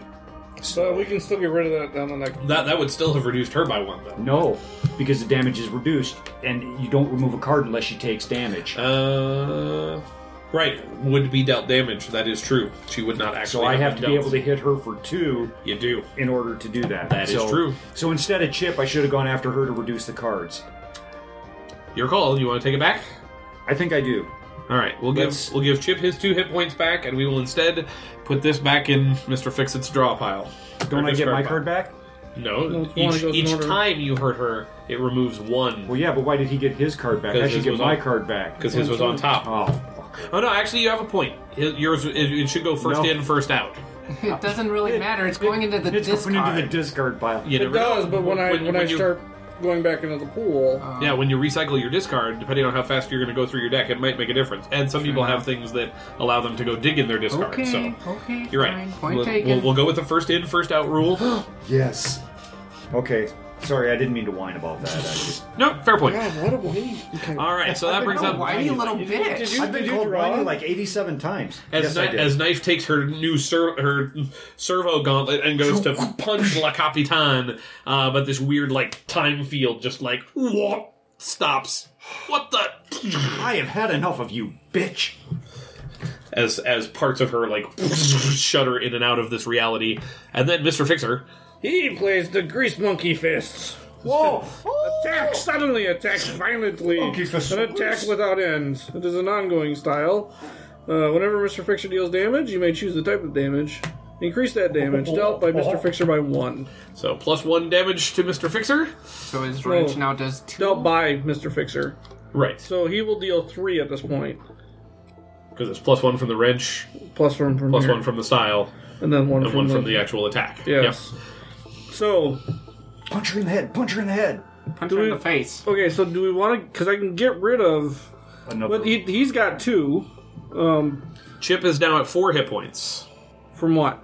[SPEAKER 5] So we can still get rid of that down the neck.
[SPEAKER 1] that, that would still have reduced her by one, though.
[SPEAKER 3] No, because the damage is reduced, and you don't remove a card unless she takes damage.
[SPEAKER 1] Uh. Right, would be dealt damage. That is true. She would not
[SPEAKER 3] so
[SPEAKER 1] actually.
[SPEAKER 3] I have to
[SPEAKER 1] been
[SPEAKER 3] be
[SPEAKER 1] dealt.
[SPEAKER 3] able to hit her for two
[SPEAKER 1] You do.
[SPEAKER 3] in order to do that.
[SPEAKER 1] That is
[SPEAKER 3] so,
[SPEAKER 1] true.
[SPEAKER 3] So instead of Chip, I should have gone after her to reduce the cards.
[SPEAKER 1] Your call. You want to take it back?
[SPEAKER 3] I think I do.
[SPEAKER 1] All right, we'll give
[SPEAKER 3] Let's-
[SPEAKER 1] we'll give Chip his two hit points back, and we will instead put this back in Mister Fix It's draw pile.
[SPEAKER 3] Don't
[SPEAKER 1] Or
[SPEAKER 3] I get
[SPEAKER 1] discard
[SPEAKER 3] my
[SPEAKER 1] pile.
[SPEAKER 3] card back?
[SPEAKER 1] No,
[SPEAKER 5] No, it's one, it
[SPEAKER 1] each,
[SPEAKER 5] goes in
[SPEAKER 1] each
[SPEAKER 5] order.
[SPEAKER 1] time you hurt her, it removes one
[SPEAKER 3] Well, yeah, but why did he get his card back?
[SPEAKER 1] 'Cause
[SPEAKER 3] I
[SPEAKER 1] his
[SPEAKER 3] should get
[SPEAKER 1] was
[SPEAKER 3] my
[SPEAKER 1] on-
[SPEAKER 3] card back.
[SPEAKER 1] because his was on top.
[SPEAKER 3] Oh, fuck.
[SPEAKER 1] Oh no, actually, you have a point. His, yours it, it should go first
[SPEAKER 3] No.
[SPEAKER 1] in, first out.
[SPEAKER 4] It doesn't really matter. It's going into the
[SPEAKER 3] It's
[SPEAKER 4] discard.
[SPEAKER 3] going into the discard pile.
[SPEAKER 1] You
[SPEAKER 5] It
[SPEAKER 1] never know.
[SPEAKER 5] does, but when I when, I
[SPEAKER 1] you- Uh.
[SPEAKER 5] start going back into the pool,
[SPEAKER 1] Yeah, when you recycle your discard, depending on how fast you're going to go through your deck, it might make a difference. And some people have things that allow them to go dig in their discard.
[SPEAKER 4] Okay,
[SPEAKER 1] So
[SPEAKER 4] okay,
[SPEAKER 1] you're right.
[SPEAKER 4] fine. Point
[SPEAKER 1] we'll,
[SPEAKER 4] taken.
[SPEAKER 1] We'll, we'll go with the first in, first out rule.
[SPEAKER 3] Yes. Okay. Sorry, I didn't mean to whine about that. I just,
[SPEAKER 1] no, fair point.
[SPEAKER 5] God, what a whiny. Okay.
[SPEAKER 1] All right, so that brings
[SPEAKER 3] know
[SPEAKER 1] up
[SPEAKER 3] why
[SPEAKER 4] Whiny little bitch.
[SPEAKER 5] Did you-
[SPEAKER 3] I've been
[SPEAKER 5] did you
[SPEAKER 3] called
[SPEAKER 5] draw?
[SPEAKER 3] whiny like 87 times.
[SPEAKER 1] As,
[SPEAKER 3] yes, I
[SPEAKER 1] Kni-
[SPEAKER 3] did.
[SPEAKER 1] as Knife takes her new ser- her servo gauntlet and goes to punch La Capitaine, uh, but this weird like time field just like what stops. What the?
[SPEAKER 3] I have had enough of you, bitch.
[SPEAKER 1] As as parts of her like shudder in and out of this reality, and then Mister Fixer.
[SPEAKER 5] He plays the grease monkey fists.
[SPEAKER 3] Whoa!
[SPEAKER 5] Attack suddenly, attack violently,
[SPEAKER 3] Monkey fists.
[SPEAKER 5] an attack without ends. It is an ongoing style. Uh, whenever Mr. Fixer deals damage, you may choose the type of damage. Increase that damage dealt by Mr. Fixer by one.
[SPEAKER 1] So plus one damage to Mister Fixer.
[SPEAKER 4] So his wrench
[SPEAKER 5] Oh.
[SPEAKER 4] now does two.
[SPEAKER 5] Dealt by Mr. Fixer.
[SPEAKER 1] Right,
[SPEAKER 5] So he will deal three at this point.
[SPEAKER 1] because it's plus one from the wrench,
[SPEAKER 5] Plus one from
[SPEAKER 1] plus
[SPEAKER 5] here,
[SPEAKER 1] one from the style,
[SPEAKER 5] and then one
[SPEAKER 1] and
[SPEAKER 5] from
[SPEAKER 1] one
[SPEAKER 5] the,
[SPEAKER 1] from the actual attack.
[SPEAKER 5] yes. So
[SPEAKER 3] Punch her in the head! Punch her in the head!
[SPEAKER 4] Punch him in the face.
[SPEAKER 5] okay, so do we want to? Because I can get rid of.
[SPEAKER 3] Another.
[SPEAKER 5] But he, he's got two. Um,
[SPEAKER 1] Yep. Chip is now at four hit points.
[SPEAKER 5] from what?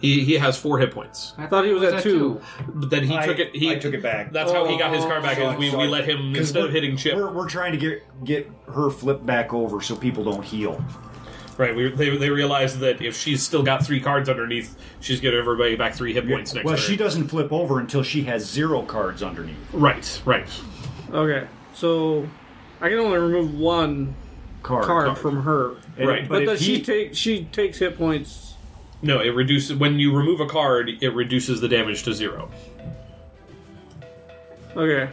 [SPEAKER 1] He, he has four hit points.
[SPEAKER 4] I
[SPEAKER 5] thought he was at two.
[SPEAKER 1] But then he
[SPEAKER 3] I-
[SPEAKER 1] took it. He
[SPEAKER 3] I took it back.
[SPEAKER 1] That's how he got
[SPEAKER 3] Oh,
[SPEAKER 1] his car back. is we, we let him
[SPEAKER 3] 'Cause
[SPEAKER 1] instead of
[SPEAKER 3] we're-
[SPEAKER 1] hitting Chip.
[SPEAKER 3] We're, we're trying to get get her flipped back over so people don't heal.
[SPEAKER 1] Right, we, they, they realized that if she's still got three cards underneath, she's getting everybody back three hit points next
[SPEAKER 3] well,
[SPEAKER 1] turn.
[SPEAKER 3] she doesn't flip over until she has zero cards underneath.
[SPEAKER 1] Right, right.
[SPEAKER 5] Okay, so I can only remove one
[SPEAKER 3] Card.
[SPEAKER 5] card from her.
[SPEAKER 3] And-
[SPEAKER 1] Right.
[SPEAKER 5] But,
[SPEAKER 3] if
[SPEAKER 5] does
[SPEAKER 3] he-
[SPEAKER 5] she take? She takes hit points.
[SPEAKER 1] No, it reduces when you remove a card, it reduces the damage to zero.
[SPEAKER 5] Okay.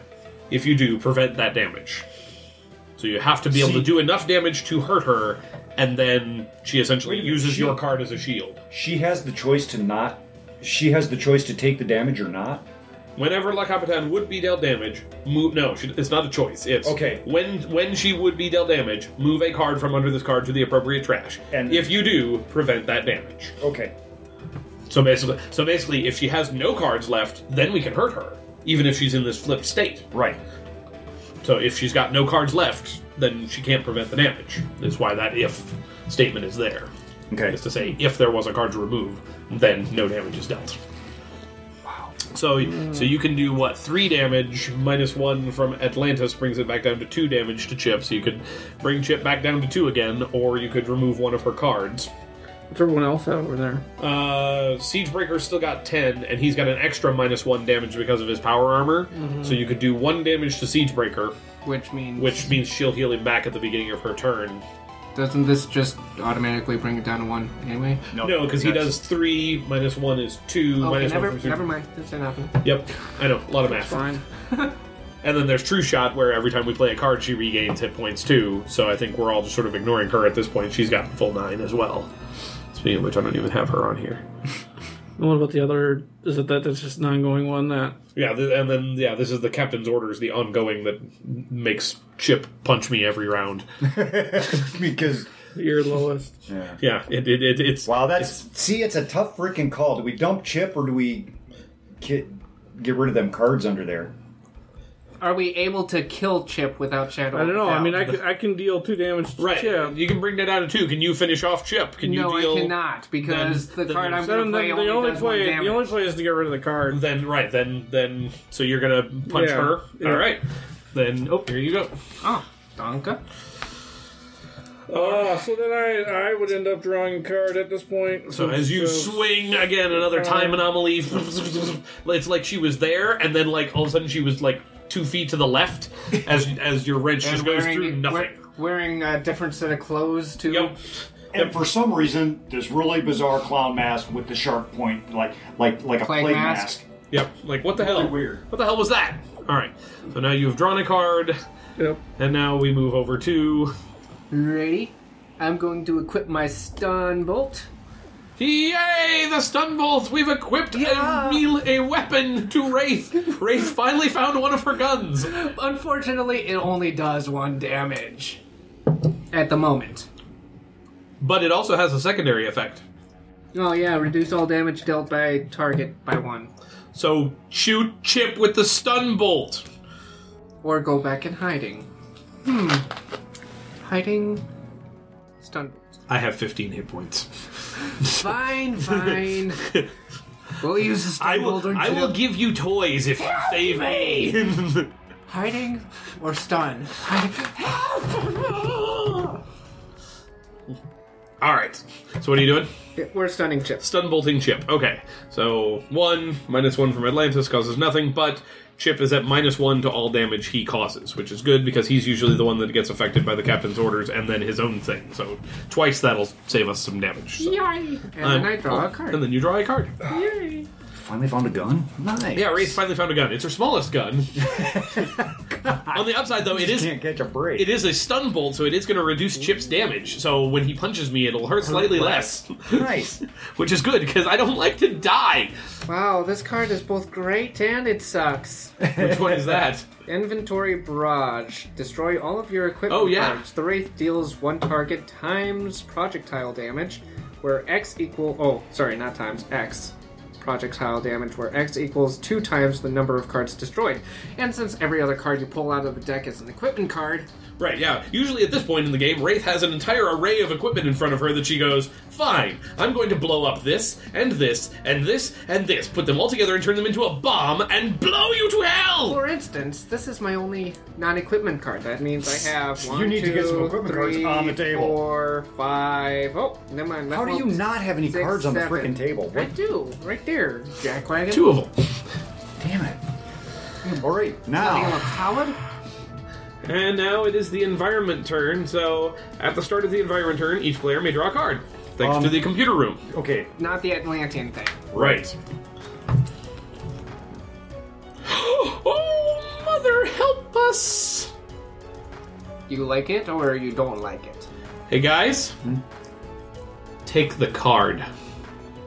[SPEAKER 1] If you do, prevent that damage. So you have to be able
[SPEAKER 3] See-
[SPEAKER 1] to do enough damage to hurt her, and then she essentially
[SPEAKER 3] Wait a minute,
[SPEAKER 1] uses your
[SPEAKER 3] shield.
[SPEAKER 1] card as a shield.
[SPEAKER 3] She has the choice to not. She has the choice to take the damage or not.
[SPEAKER 1] Whenever La Capitan would be dealt damage, move. No, she, it's not a choice. It's
[SPEAKER 3] Okay.
[SPEAKER 1] When when she would be dealt damage, move a card from under this card to the appropriate trash.
[SPEAKER 3] And-
[SPEAKER 1] if you do, prevent that damage.
[SPEAKER 3] Okay.
[SPEAKER 1] So basically, so basically, if she has no cards left, then we can hurt her, even if she's in this flipped state.
[SPEAKER 3] Right.
[SPEAKER 1] So if she's got no cards left, then she can't prevent the damage. That's why that if statement is there.
[SPEAKER 3] Okay.
[SPEAKER 1] Is to say, if there was a card to remove, then no damage is dealt. So, so you can do what three damage minus one from Atlantis brings it back down to two damage to Chip. So you could bring Chip back down to two again, or you could remove one of her cards.
[SPEAKER 5] What's everyone else at over there?
[SPEAKER 1] Uh, Siegebreaker's still got 10, and he's got an extra minus 1 damage because of his power armor.
[SPEAKER 4] Mm-hmm.
[SPEAKER 1] So you could do 1 damage to Siegebreaker,
[SPEAKER 4] Which means
[SPEAKER 1] which means she'll heal him back at the beginning of her turn.
[SPEAKER 4] doesn't this just automatically bring it down to one anyway?
[SPEAKER 1] No, because he
[SPEAKER 3] that's-
[SPEAKER 1] does 3, minus 1 is 2,
[SPEAKER 4] Okay,
[SPEAKER 1] minus
[SPEAKER 4] never,
[SPEAKER 1] 1 from
[SPEAKER 4] never mind. That's enough.
[SPEAKER 1] Yep, I know, a lot of math.
[SPEAKER 4] Fine.
[SPEAKER 1] And then there's True Shot, where every time we play a card, she regains hit points too. So I think we're all just sort of ignoring her at this point. She's got full 9 as well. Speaking of which, I don't even have her on here.
[SPEAKER 5] And what about the other? Is it that that's just an ongoing one that?
[SPEAKER 1] Yeah, th- and then yeah, this is the captain's orders, the ongoing that m- makes Chip punch me every round.
[SPEAKER 3] because
[SPEAKER 5] Your lowest.
[SPEAKER 1] Yeah, it, it, it it's
[SPEAKER 3] wow, that's see, it's a tough freaking call. Do we dump Chip or do we get get rid of them cards under there?
[SPEAKER 4] Are we able to kill Chip without Shadow?
[SPEAKER 5] I don't know. I mean, I can, I can deal two damage to
[SPEAKER 1] right.
[SPEAKER 5] Chip.
[SPEAKER 1] You can bring that down to two. Can you finish off Chip? Can
[SPEAKER 4] no,
[SPEAKER 1] you deal?
[SPEAKER 4] I cannot because
[SPEAKER 1] Then-
[SPEAKER 4] the
[SPEAKER 1] then-
[SPEAKER 4] card I'm
[SPEAKER 5] Then
[SPEAKER 4] going to play
[SPEAKER 5] the,
[SPEAKER 4] only,
[SPEAKER 5] the only
[SPEAKER 4] does
[SPEAKER 5] play,
[SPEAKER 4] one damage.
[SPEAKER 5] the only play is to get rid of the card.
[SPEAKER 1] Then right, then then so you're gonna punch
[SPEAKER 5] Yeah,
[SPEAKER 1] her.
[SPEAKER 5] yeah.
[SPEAKER 1] All right. Then oh, here you go.
[SPEAKER 4] Oh, Donka.
[SPEAKER 5] Oh, so then I I would end up drawing a card at this point.
[SPEAKER 1] So as you
[SPEAKER 5] So-
[SPEAKER 1] swing again, another time anomaly. It's like she was there, and then like all of a sudden she was like two feet to the left as as your wrench just goes through nothing.
[SPEAKER 4] wear- Wearing a different set of clothes too.
[SPEAKER 1] Yep.
[SPEAKER 3] And for some reason, this really bizarre clown mask with the sharp point, like like like a
[SPEAKER 4] Plague
[SPEAKER 3] plague
[SPEAKER 4] mask.
[SPEAKER 3] mask.
[SPEAKER 1] Yep. Like what the hell?
[SPEAKER 3] weird.
[SPEAKER 1] What the hell was that? All right. So now you've drawn a card,
[SPEAKER 5] Yep.
[SPEAKER 1] and now we move over to
[SPEAKER 4] Ready? I'm going to equip my stun bolt.
[SPEAKER 1] Yay! The stun bolts. We've equipped
[SPEAKER 4] Yeah.
[SPEAKER 1] a, meal, a weapon to Wraith. Wraith finally found one of her guns.
[SPEAKER 4] Unfortunately, it only does one damage at the moment.
[SPEAKER 1] But it also has a secondary effect.
[SPEAKER 4] Oh yeah, reduce all damage dealt by target by one,
[SPEAKER 1] So shoot Chip with the stun bolt.
[SPEAKER 4] or go back in hiding. Hmm. Hiding. Stun bolt.
[SPEAKER 1] I have 15 hit points.
[SPEAKER 4] Fine, fine. we'll use the stun
[SPEAKER 1] I
[SPEAKER 4] bolt.
[SPEAKER 1] will,
[SPEAKER 4] or
[SPEAKER 1] I will
[SPEAKER 4] chip.
[SPEAKER 1] give you toys if you save me.
[SPEAKER 4] hiding or stun. Help!
[SPEAKER 1] All right. So what are you doing?
[SPEAKER 4] We're stunning chips.
[SPEAKER 1] Stun bolting Chip. Okay. So one minus one from Atlantis causes nothing, but Chip is at minus one to all damage he causes, which is good because he's usually the one that gets affected by the captain's orders and then his own thing. So twice that'll save us some damage. So- um,
[SPEAKER 4] And then I draw a card.
[SPEAKER 1] oh, And then you draw a card.
[SPEAKER 3] Finally found a gun. Nice.
[SPEAKER 1] Yeah, Wraith finally found a gun. It's her smallest gun. On the upside, though, it is
[SPEAKER 3] Can't catch a break.
[SPEAKER 1] it is a stun bolt, so it is going to reduce Chip's damage. So when he punches me, it'll hurt slightly less,
[SPEAKER 3] nice.
[SPEAKER 1] which is good because I don't like to die.
[SPEAKER 4] Wow, this card is both great and it sucks.
[SPEAKER 1] Which one is that?
[SPEAKER 4] Inventory barrage. Destroy all of your equipment
[SPEAKER 1] Oh, yeah.
[SPEAKER 4] cards. The Wraith deals one target times projectile damage, where X equal. Oh, sorry, not times, X. projectile damage, where X equals two times the number of cards destroyed. And since every other card you pull out of the deck is an equipment card,
[SPEAKER 1] Right, yeah. Usually at this point in the game, Wraith has an entire array of equipment in front of her that she goes, Fine, I'm going to blow up this, and this, and this, and this, put them all together and turn them into a bomb, and blow you to hell!
[SPEAKER 4] for instance, this is my only non-equipment card. That means I have one,
[SPEAKER 3] You need to
[SPEAKER 4] two,
[SPEAKER 3] get some equipment cards
[SPEAKER 4] three,
[SPEAKER 3] on the table.
[SPEAKER 4] four, five. Oh, never mind.
[SPEAKER 3] How do
[SPEAKER 4] left
[SPEAKER 3] you
[SPEAKER 4] one,
[SPEAKER 3] not have any
[SPEAKER 4] six,
[SPEAKER 3] cards on the
[SPEAKER 4] seven.
[SPEAKER 3] frickin' table?
[SPEAKER 4] I
[SPEAKER 3] What?
[SPEAKER 4] do, right there, Jackwagon.
[SPEAKER 1] Two of them.
[SPEAKER 3] Damn it. All right,
[SPEAKER 4] Nothing on
[SPEAKER 3] now.
[SPEAKER 4] Howard?
[SPEAKER 1] And now it is the environment turn, so at the start of the environment turn, each player may draw a card. Thanks
[SPEAKER 3] Um,
[SPEAKER 1] to the computer room.
[SPEAKER 3] Okay,
[SPEAKER 4] Not the Atlantean thing.
[SPEAKER 1] Right. oh, mother, help us!
[SPEAKER 4] You like it or you don't like it?
[SPEAKER 1] Hey guys, take the card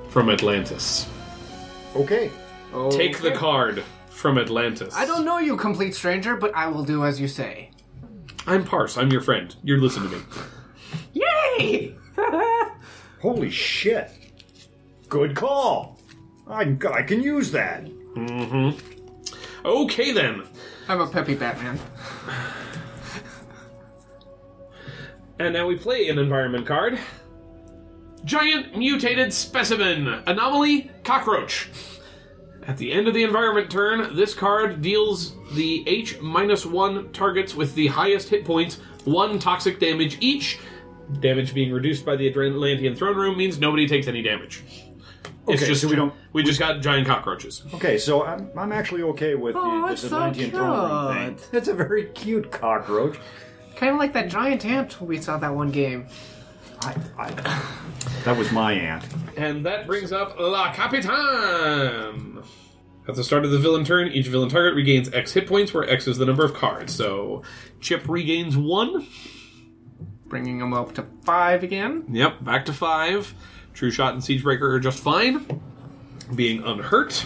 [SPEAKER 1] from Atlantis.
[SPEAKER 3] okay.
[SPEAKER 4] Oh,
[SPEAKER 1] Take the card from Atlantis.
[SPEAKER 4] I don't know you, complete stranger, but I will do as you say.
[SPEAKER 1] I'm Parse. I'm your friend. You're listening to me.
[SPEAKER 4] Yay!
[SPEAKER 3] Holy shit. Good call. I, I can use that.
[SPEAKER 1] Okay then.
[SPEAKER 4] I'm a peppy Batman.
[SPEAKER 1] And now we play an environment card. Giant mutated specimen. Anomaly cockroach. At the end of the environment turn, this card deals the H minus one targets with the highest hit points one toxic damage each. Damage being reduced by the Atlantean throne room means nobody takes any damage. It's
[SPEAKER 3] Okay,
[SPEAKER 1] just
[SPEAKER 3] so we don't-
[SPEAKER 1] we just got giant cockroaches.
[SPEAKER 3] Okay, so I'm, I'm actually okay with
[SPEAKER 4] Oh,
[SPEAKER 3] the, this
[SPEAKER 4] it's so
[SPEAKER 3] Atlantean throne room
[SPEAKER 4] cute.
[SPEAKER 3] thing. It's a very cute cockroach.
[SPEAKER 4] Kind of like that giant ant we saw that one game.
[SPEAKER 3] I, I, that was my aunt.
[SPEAKER 1] And that brings up La Capitaine. At the start of the villain turn, each villain target regains X hit points, where X is the number of cards. So Chip regains one.
[SPEAKER 4] Bringing him up to five again.
[SPEAKER 1] Yep, back to five. True Shot and Siegebreaker are just fine, being unhurt.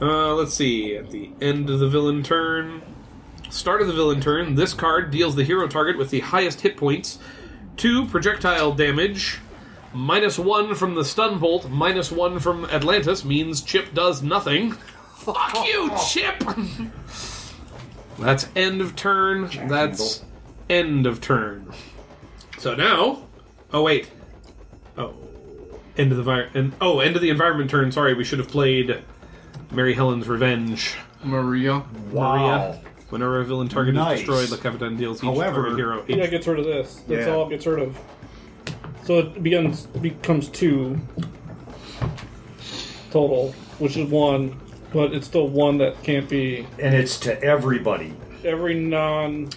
[SPEAKER 1] Uh, let's see. At the end of the villain turn, start of the villain turn, this card deals the hero target with the highest hit points two projectile damage. Minus one from the stun bolt, minus one from Atlantis means Chip does nothing. Fuck you, Chip! That's end of turn. That's end of turn. So now, oh wait, oh, end of the vi- and oh, end of the environment turn. Sorry, we should have played Mary Helen's Revenge.
[SPEAKER 4] Maria.
[SPEAKER 3] Wow.
[SPEAKER 1] Whenever a villain target
[SPEAKER 3] Nice.
[SPEAKER 1] is destroyed, the Capitan deals each
[SPEAKER 3] However-
[SPEAKER 1] target hero. Each,
[SPEAKER 5] Yeah, it gets rid of this. That's
[SPEAKER 3] Yeah.
[SPEAKER 5] all it gets rid of. So it begins becomes two total, which is one, but it's still one that can't be
[SPEAKER 3] And it's to everybody.
[SPEAKER 5] every non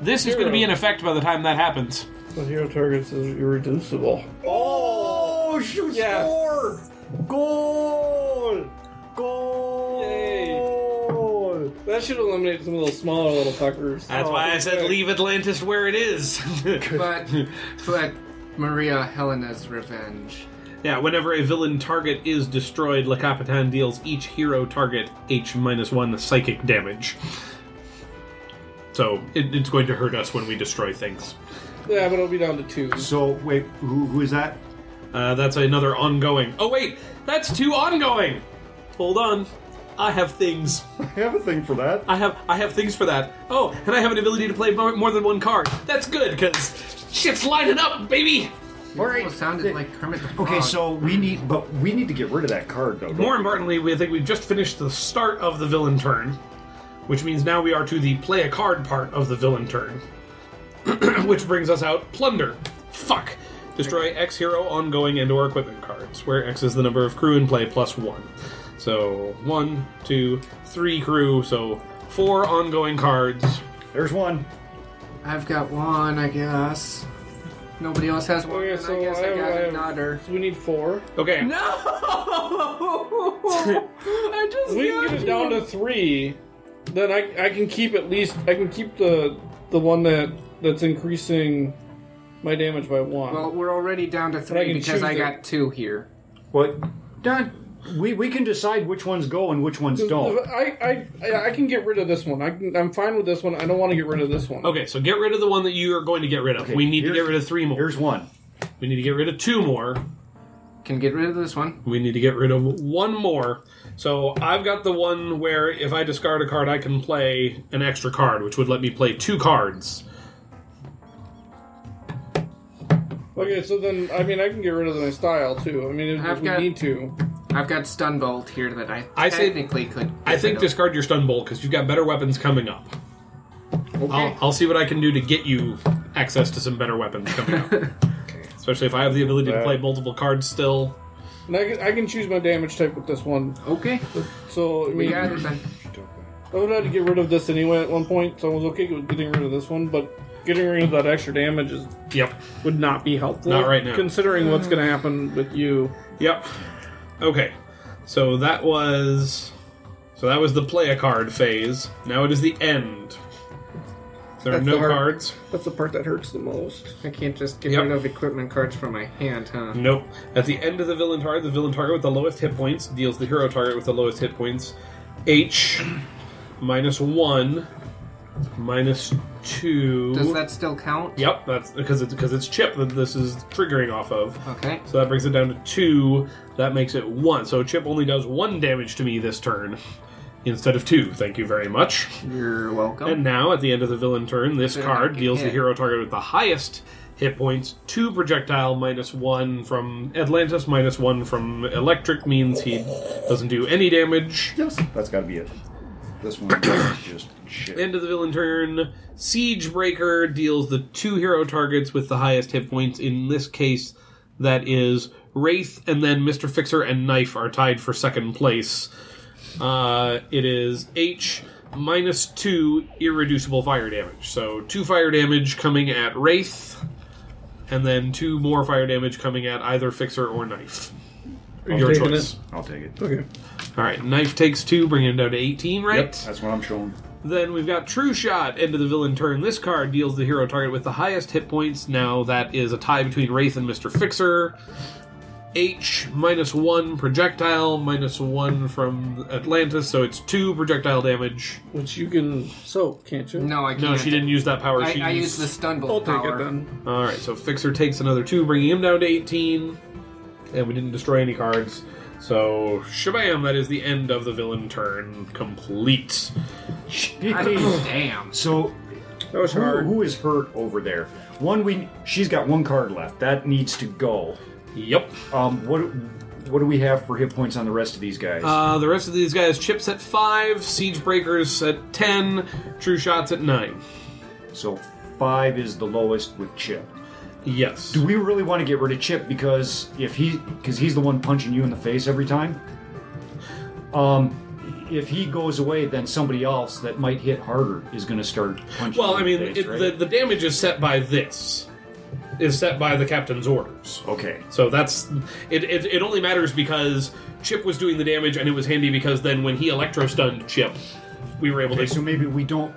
[SPEAKER 1] this is going to be in effect by the time that happens.
[SPEAKER 5] the hero targets is irreducible.
[SPEAKER 3] Oh, shoot,
[SPEAKER 5] Yes.
[SPEAKER 3] score! Goal! Goal!
[SPEAKER 5] That should eliminate some of those smaller little fuckers.
[SPEAKER 4] Oh,
[SPEAKER 1] That's why I said leave Atlantis where it is.
[SPEAKER 4] But, but Maria Helena's revenge.
[SPEAKER 1] yeah, whenever a villain target is destroyed, Le Capitan deals each hero target H minus one psychic damage. So it, it's going to hurt us when we destroy things.
[SPEAKER 5] Yeah, but it'll be down to two.
[SPEAKER 3] So, wait, who, who is that?
[SPEAKER 1] Uh, that's another ongoing. Oh wait, that's two ongoing. Hold on, I have things.
[SPEAKER 3] I have a thing for that.
[SPEAKER 1] I have I have things for that. Oh, and I have an ability to play more, more than one card. That's good because shit's lining up, baby.
[SPEAKER 3] All right.
[SPEAKER 4] Oh, It sounded like Kermit the Frog.
[SPEAKER 3] Okay, so we need, but we need to get rid of that card, though. don't
[SPEAKER 1] More
[SPEAKER 3] we?
[SPEAKER 1] importantly, we think we've just finished the start of the villain turn, which means now we are to the play a card part of the villain turn, which brings us out plunder. Fuck. Destroy X hero ongoing and or equipment cards, where X is the number of crew in play plus one. So one, two, three crew. So four ongoing cards.
[SPEAKER 3] There's one.
[SPEAKER 4] I've got one, I guess. Nobody else has one.
[SPEAKER 5] Okay,
[SPEAKER 4] and
[SPEAKER 5] so
[SPEAKER 4] I guess I,
[SPEAKER 5] I-
[SPEAKER 4] got
[SPEAKER 5] I-
[SPEAKER 4] another.
[SPEAKER 5] So we need four.
[SPEAKER 1] Okay.
[SPEAKER 4] No! I just
[SPEAKER 5] If we can
[SPEAKER 4] got
[SPEAKER 5] get it
[SPEAKER 4] you.
[SPEAKER 5] down to three, then I, I can keep at least I can keep the the one that that's increasing my damage by one.
[SPEAKER 4] Well, we're already down to
[SPEAKER 5] I
[SPEAKER 4] three
[SPEAKER 5] can
[SPEAKER 4] because
[SPEAKER 5] choose
[SPEAKER 4] I
[SPEAKER 5] it.
[SPEAKER 4] got two here.
[SPEAKER 3] What? Done. We we can decide which ones go and which ones don't.
[SPEAKER 5] I, I- I I can get rid of this one. I can, I'm fine with this one. I don't want to get rid of this one.
[SPEAKER 1] Okay, so get rid of the one that you are going to get rid of. we need to
[SPEAKER 3] here's-
[SPEAKER 1] get rid of three more.
[SPEAKER 3] Here's one.
[SPEAKER 1] We need to get rid of two more.
[SPEAKER 4] can get rid of this one.
[SPEAKER 1] We need to get rid of one more. So I've got the one where if I discard a card, I can play an extra card, which would let me play two cards.
[SPEAKER 5] Okay, so then I mean I can get rid of my style too. I mean if,
[SPEAKER 4] I've
[SPEAKER 5] if we
[SPEAKER 4] got-
[SPEAKER 5] need to.
[SPEAKER 4] I've got stun bolt here that I,
[SPEAKER 1] I say-
[SPEAKER 4] technically could.
[SPEAKER 1] I
[SPEAKER 4] get
[SPEAKER 1] think
[SPEAKER 4] rid of.
[SPEAKER 1] discard your stun bolt because you've got better weapons coming up. I'll, I'll see what I can do to get you access to some better weapons coming up. Especially if I have the ability to play multiple cards still.
[SPEAKER 5] And I can, I can choose my damage type with this one.
[SPEAKER 4] Okay,
[SPEAKER 5] So I
[SPEAKER 4] we
[SPEAKER 5] mean,
[SPEAKER 4] got it then.
[SPEAKER 5] I would have had to get rid of this anyway at one point, so I was okay with getting rid of this one, but getting rid of that extra damage is,
[SPEAKER 1] Yep.
[SPEAKER 5] would not be helpful.
[SPEAKER 1] Not right now.
[SPEAKER 5] Considering what's going to happen with you.
[SPEAKER 1] Yep. Okay. So that was. So that was the play a card phase. Now it is the end. There are
[SPEAKER 5] That's
[SPEAKER 1] no
[SPEAKER 5] the hard-
[SPEAKER 1] cards.
[SPEAKER 5] That's the part that hurts the most.
[SPEAKER 4] I can't just get
[SPEAKER 1] Yep.
[SPEAKER 4] rid of equipment cards from my hand, huh?
[SPEAKER 1] Nope. At the end of the villain target, the villain target with the lowest hit points deals the hero target with the lowest hit points. H minus one, minus two.
[SPEAKER 4] Does that still count?
[SPEAKER 1] Yep, that's because it's because it's chip that this is triggering off of.
[SPEAKER 4] Okay.
[SPEAKER 1] So that brings it down to two. That makes it one. So chip only does one damage to me this turn instead of two. Thank you very much.
[SPEAKER 4] You're
[SPEAKER 1] And
[SPEAKER 4] welcome.
[SPEAKER 1] now, at the end of the villain turn, this
[SPEAKER 4] So they're
[SPEAKER 1] card
[SPEAKER 4] not
[SPEAKER 1] deals the
[SPEAKER 4] hit.
[SPEAKER 1] hero target with the highest hit points, two projectile minus one from Atlantis, minus one from Electric, means he doesn't do any damage.
[SPEAKER 3] That's got to be it. This one is just shit.
[SPEAKER 1] End of the villain turn, Siege Breaker deals the two hero targets with the highest hit points. In this case, that is Wraith, and then Mr. Fixer and Knife are tied for second place. Uh, it is H minus two irreducible fire damage. So two fire damage coming at Wraith, and then two more fire damage coming at either Fixer or Knife. Your
[SPEAKER 5] taking
[SPEAKER 1] choice.
[SPEAKER 3] I'll take it.
[SPEAKER 5] Okay.
[SPEAKER 1] All right, Knife takes two, bringing him down to 18, right?
[SPEAKER 3] Yep, that's what I'm showing.
[SPEAKER 1] Then we've got True Shot, end of the villain turn. This card deals the hero target with the highest hit points. Now that is a tie between Wraith and Mr. Fixer. H minus one projectile, minus one from Atlantis, so it's two projectile damage.
[SPEAKER 5] Which you can soak, can't you?
[SPEAKER 4] No, I can't.
[SPEAKER 1] No, she didn't use that power.
[SPEAKER 4] I,
[SPEAKER 1] she
[SPEAKER 4] I used
[SPEAKER 1] used
[SPEAKER 4] the stun bolt
[SPEAKER 5] I'll take
[SPEAKER 4] power.
[SPEAKER 5] it then.
[SPEAKER 1] All right, so Fixer takes another two, bringing him down to 18. And we didn't destroy any cards. So, shabam, that is the end of the villain turn. Complete.
[SPEAKER 4] I mean, damn.
[SPEAKER 3] so
[SPEAKER 5] That was
[SPEAKER 3] who,
[SPEAKER 5] hard.
[SPEAKER 3] who is hurt over there? One we she's got one card left. That needs to go.
[SPEAKER 1] Yep.
[SPEAKER 3] Um, what what do we have for hit points on the rest of these guys?
[SPEAKER 1] Uh, the rest of these guys, Chips at 5, Siege Breakers at 10, True Shots at 9.
[SPEAKER 3] so five is the lowest with Chip.
[SPEAKER 1] Yes.
[SPEAKER 3] Do we really want to get rid of Chip because if he because he's the one punching you in the face every time? Um, if he goes away, then somebody else that might hit harder is going to start punching.
[SPEAKER 1] well,
[SPEAKER 3] you
[SPEAKER 1] I
[SPEAKER 3] in
[SPEAKER 1] mean,
[SPEAKER 3] the face,
[SPEAKER 1] it,
[SPEAKER 3] right?
[SPEAKER 1] the, the damage is set by this, is set by the captain's orders.
[SPEAKER 3] okay.
[SPEAKER 1] So that's it, it. It only matters because Chip was doing the damage, and it was handy because then when he electro stunned Chip, we were able
[SPEAKER 3] Okay,
[SPEAKER 1] to.
[SPEAKER 3] so maybe we don't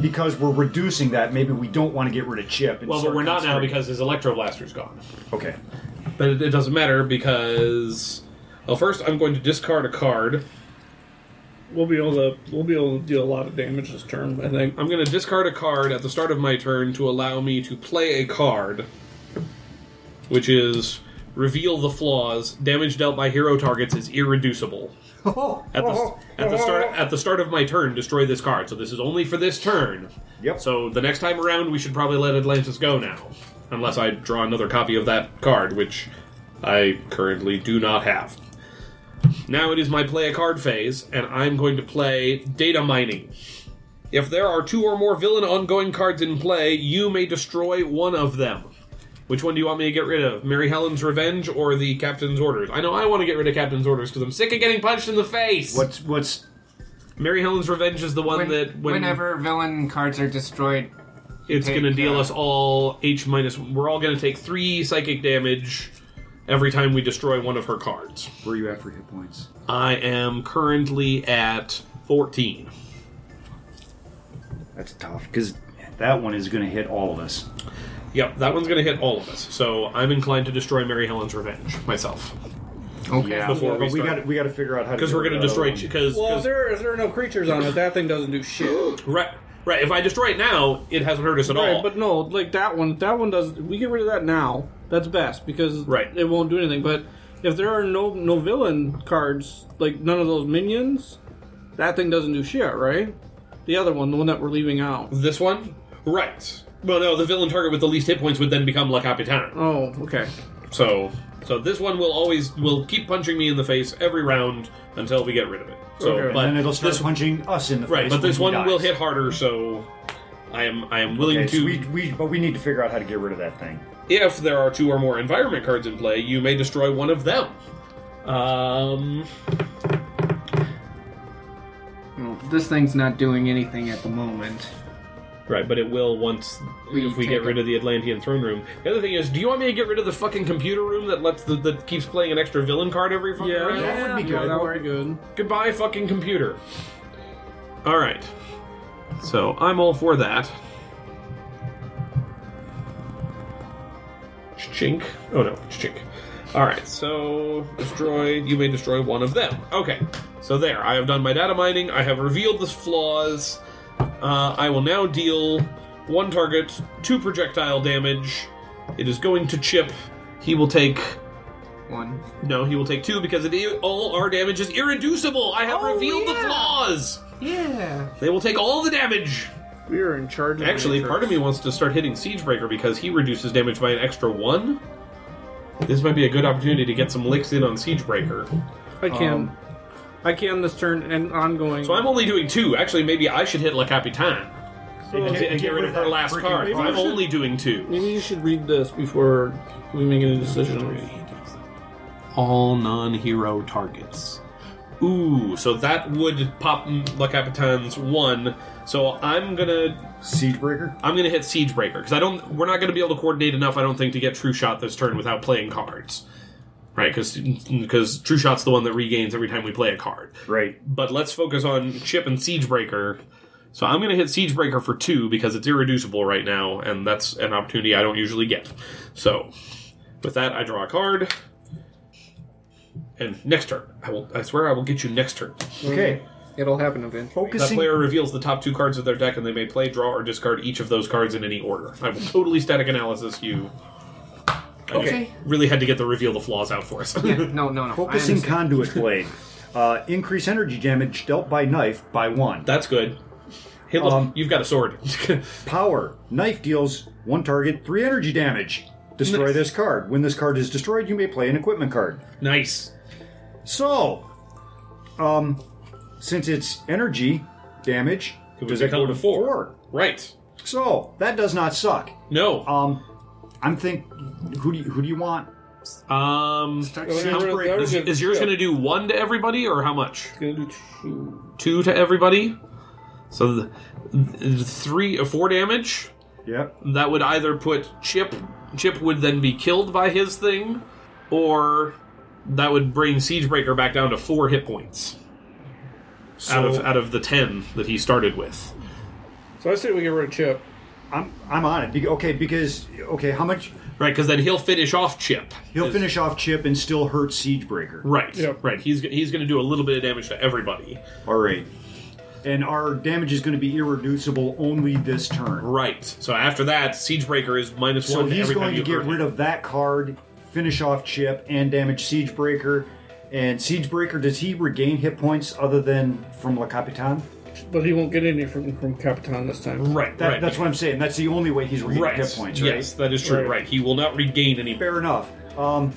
[SPEAKER 3] because we're reducing that. Maybe we don't want to get rid of Chip. And
[SPEAKER 1] well, but
[SPEAKER 3] start
[SPEAKER 1] we're not now
[SPEAKER 3] concentrating-
[SPEAKER 1] because his electro blaster's gone.
[SPEAKER 3] okay.
[SPEAKER 1] But it, it doesn't matter because. Well, first I'm going to discard a card.
[SPEAKER 5] We'll be able to we'll be able to do a lot of damage this turn, I think.
[SPEAKER 1] I'm going to discard a card at the start of my turn to allow me to play a card, which is reveal the flaws. Damage dealt by hero targets is irreducible. At the, at the start at the start of my turn, destroy this card. So this is only for this turn.
[SPEAKER 3] Yep.
[SPEAKER 1] So the next time around, we should probably let Atlantis go now, unless I draw another copy of that card, which I currently do not have. Now it is my play a card phase, and I'm going to play data mining. If there are two or more villain ongoing cards in play, you may destroy one of them. Which one do you want me to get rid of? Mary Helen's Revenge or the Captain's Orders? I know I want to get rid of Captain's Orders because I'm sick of getting punched in the face.
[SPEAKER 3] what's what's
[SPEAKER 1] Mary Helen's Revenge is the one
[SPEAKER 4] When-
[SPEAKER 1] that when
[SPEAKER 4] whenever villain cards are destroyed,
[SPEAKER 1] it's
[SPEAKER 4] take,
[SPEAKER 1] going to deal
[SPEAKER 4] uh,
[SPEAKER 1] us all H minus. We're all going to take three psychic damage every time we destroy one of her cards.
[SPEAKER 3] where are you at for hit points?
[SPEAKER 1] I am currently at fourteen.
[SPEAKER 3] That's tough because that one is going to hit all of us.
[SPEAKER 1] Yep, that one's going to hit all of us. So I'm inclined to destroy Mary Helen's Revenge myself
[SPEAKER 4] okay.
[SPEAKER 1] Before we
[SPEAKER 3] but we
[SPEAKER 1] start.
[SPEAKER 3] got we got to um, figure out how
[SPEAKER 1] because we're going to destroy because
[SPEAKER 5] Well, if there if there are no creatures on it, that thing doesn't do shit.
[SPEAKER 1] right right. If I destroy it now, it hasn't hurt us at all.
[SPEAKER 5] Right, but no, like that one, that one does. We get rid of that now. That's best because
[SPEAKER 1] Right.
[SPEAKER 5] it won't do anything. But If there are no no villain cards, like none of those minions, that thing doesn't do shit, right? The other one, the one that we're leaving out.
[SPEAKER 1] This one? Right. Well, no, the villain target with the least hit points would then become La Capitana.
[SPEAKER 5] Oh, okay.
[SPEAKER 1] So, so this one will always will keep punching me in the face every round until we get rid of it. So,
[SPEAKER 5] Okay.
[SPEAKER 1] but
[SPEAKER 3] and then it'll start
[SPEAKER 1] this,
[SPEAKER 3] punching us in the
[SPEAKER 1] right,
[SPEAKER 3] face.
[SPEAKER 1] but this
[SPEAKER 3] when
[SPEAKER 1] one
[SPEAKER 3] he
[SPEAKER 1] will
[SPEAKER 3] dies.
[SPEAKER 1] hit harder. So, I am I am willing
[SPEAKER 3] Okay,
[SPEAKER 1] to.
[SPEAKER 3] so we, we, but we need to figure out how to get rid of that thing.
[SPEAKER 1] if there are two or more environment cards in play, you may destroy one of them. Um,
[SPEAKER 4] Well, this thing's not doing anything at the moment.
[SPEAKER 1] right, but it will once
[SPEAKER 4] We
[SPEAKER 1] if we
[SPEAKER 4] take
[SPEAKER 1] get rid
[SPEAKER 4] it.
[SPEAKER 1] of the Atlantean throne room. The other thing is, do you want me to get rid of the fucking computer room that lets the, that keeps playing an extra villain card every fucking round?
[SPEAKER 3] that would be
[SPEAKER 5] yeah,
[SPEAKER 3] good.
[SPEAKER 5] That would be good.
[SPEAKER 1] Goodbye, fucking computer. All right. So I'm all for that. Chink. Oh no, chink. All right. So destroy. You may destroy one of them. Okay. So there. I have done my data mining. I have revealed the flaws. Uh, I will now deal one target, two projectile damage. It is going to chip. He will take
[SPEAKER 4] One.
[SPEAKER 1] no, he will take two because it i- all our damage is irreducible. I have
[SPEAKER 4] Oh,
[SPEAKER 1] revealed the
[SPEAKER 4] yeah.
[SPEAKER 1] flaws.
[SPEAKER 4] Yeah.
[SPEAKER 1] They will take all the damage.
[SPEAKER 5] We are in charge. Of
[SPEAKER 1] Actually,
[SPEAKER 5] the
[SPEAKER 1] part of me wants to start hitting Siegebreaker because he reduces damage by an extra one. This might be a good opportunity to get some licks in on Siegebreaker.
[SPEAKER 5] I can, I can this turn and ongoing.
[SPEAKER 1] So I'm only doing two. Actually, maybe I should hit La Capitane
[SPEAKER 3] And
[SPEAKER 1] and, and get rid of her
[SPEAKER 3] that
[SPEAKER 1] last
[SPEAKER 3] freaking
[SPEAKER 1] card.
[SPEAKER 3] card.
[SPEAKER 1] I'm only doing two.
[SPEAKER 5] Maybe you should read this before we make any decisions.
[SPEAKER 1] All non-hero targets. Ooh, so that would pop La Capitane's one. So I'm gonna
[SPEAKER 3] Siegebreaker.
[SPEAKER 1] I'm gonna hit Siegebreaker because I don't. We're not gonna be able to coordinate enough. I don't think to get True Shot this turn without playing cards, right? Because because True Shot's the one that regains every time we play a card.
[SPEAKER 3] Right.
[SPEAKER 1] But let's focus on Chip and Siegebreaker. So I'm gonna hit Siegebreaker for two because it's irreducible right now, and that's an opportunity I don't usually get. So with that, I draw a card. And next turn, I will. I swear I will get you next turn.
[SPEAKER 3] Okay.
[SPEAKER 4] It'll happen eventually.
[SPEAKER 1] That
[SPEAKER 3] Focusing.
[SPEAKER 1] player reveals the top two cards of their deck, and they may play, draw, or discard each of those cards in any order. I will totally static analysis you. I just
[SPEAKER 4] Okay.
[SPEAKER 1] Really had to get the reveal the flaws out for us.
[SPEAKER 4] Yeah, no, no, no. I
[SPEAKER 3] Focusing
[SPEAKER 4] understand.
[SPEAKER 3] conduit blade. Uh, increase energy damage dealt by knife by one.
[SPEAKER 1] That's good. Hitler,
[SPEAKER 3] Um,
[SPEAKER 1] you've got a sword.
[SPEAKER 3] Power. Knife deals one target three energy damage. Destroy
[SPEAKER 1] Nice.
[SPEAKER 3] this card. When this card is destroyed, you may play an equipment card.
[SPEAKER 1] nice.
[SPEAKER 3] So, um, since it's energy damage,
[SPEAKER 1] It
[SPEAKER 3] does
[SPEAKER 1] would
[SPEAKER 3] that go
[SPEAKER 1] become
[SPEAKER 3] to
[SPEAKER 1] four.
[SPEAKER 3] four?
[SPEAKER 1] Right.
[SPEAKER 3] So that does not suck.
[SPEAKER 1] No.
[SPEAKER 3] Um, I'm think. Who do you, who do you want?
[SPEAKER 1] Um. Is, is yours going to do one to everybody, or how much?
[SPEAKER 5] Gonna do two.
[SPEAKER 1] Two to everybody. So the, th- three, uh, four damage.
[SPEAKER 3] Yep.
[SPEAKER 1] That would either put Chip. Chip would then be killed by his thing, or that would bring Siegebreaker back down to four hit points out
[SPEAKER 3] So
[SPEAKER 1] of out of the ten that he started with.
[SPEAKER 5] So I say we get rid of Chip.
[SPEAKER 3] I'm I'm on it. Be- okay, because okay, how much
[SPEAKER 1] Right, because then he'll finish off Chip.
[SPEAKER 3] he'll
[SPEAKER 1] Is-
[SPEAKER 3] finish off Chip and still hurt Siegebreaker.
[SPEAKER 1] Right,
[SPEAKER 5] Yep.
[SPEAKER 1] right. He's g- he's going to do a little bit of damage to everybody.
[SPEAKER 3] All right. And our damage is going to be irreducible only this turn.
[SPEAKER 1] Right. So after that, Siegebreaker is minus
[SPEAKER 3] So
[SPEAKER 1] one.
[SPEAKER 3] he's
[SPEAKER 1] every time
[SPEAKER 3] going to
[SPEAKER 1] you
[SPEAKER 3] get
[SPEAKER 1] hurt
[SPEAKER 3] rid
[SPEAKER 1] him.
[SPEAKER 3] of that card, finish off Chip, and damage Siegebreaker. And Siegebreaker, does he regain hit points other than from La Capitan?
[SPEAKER 5] But he won't get any from, from Capitan this time.
[SPEAKER 1] Right,
[SPEAKER 3] That,
[SPEAKER 1] right.
[SPEAKER 3] That's what I'm saying. That's the only way he's regaining
[SPEAKER 1] right.
[SPEAKER 3] hit points, right?
[SPEAKER 1] yes, that is true. Right.
[SPEAKER 5] Right.
[SPEAKER 1] He will not regain any.
[SPEAKER 3] Fair enough. Um,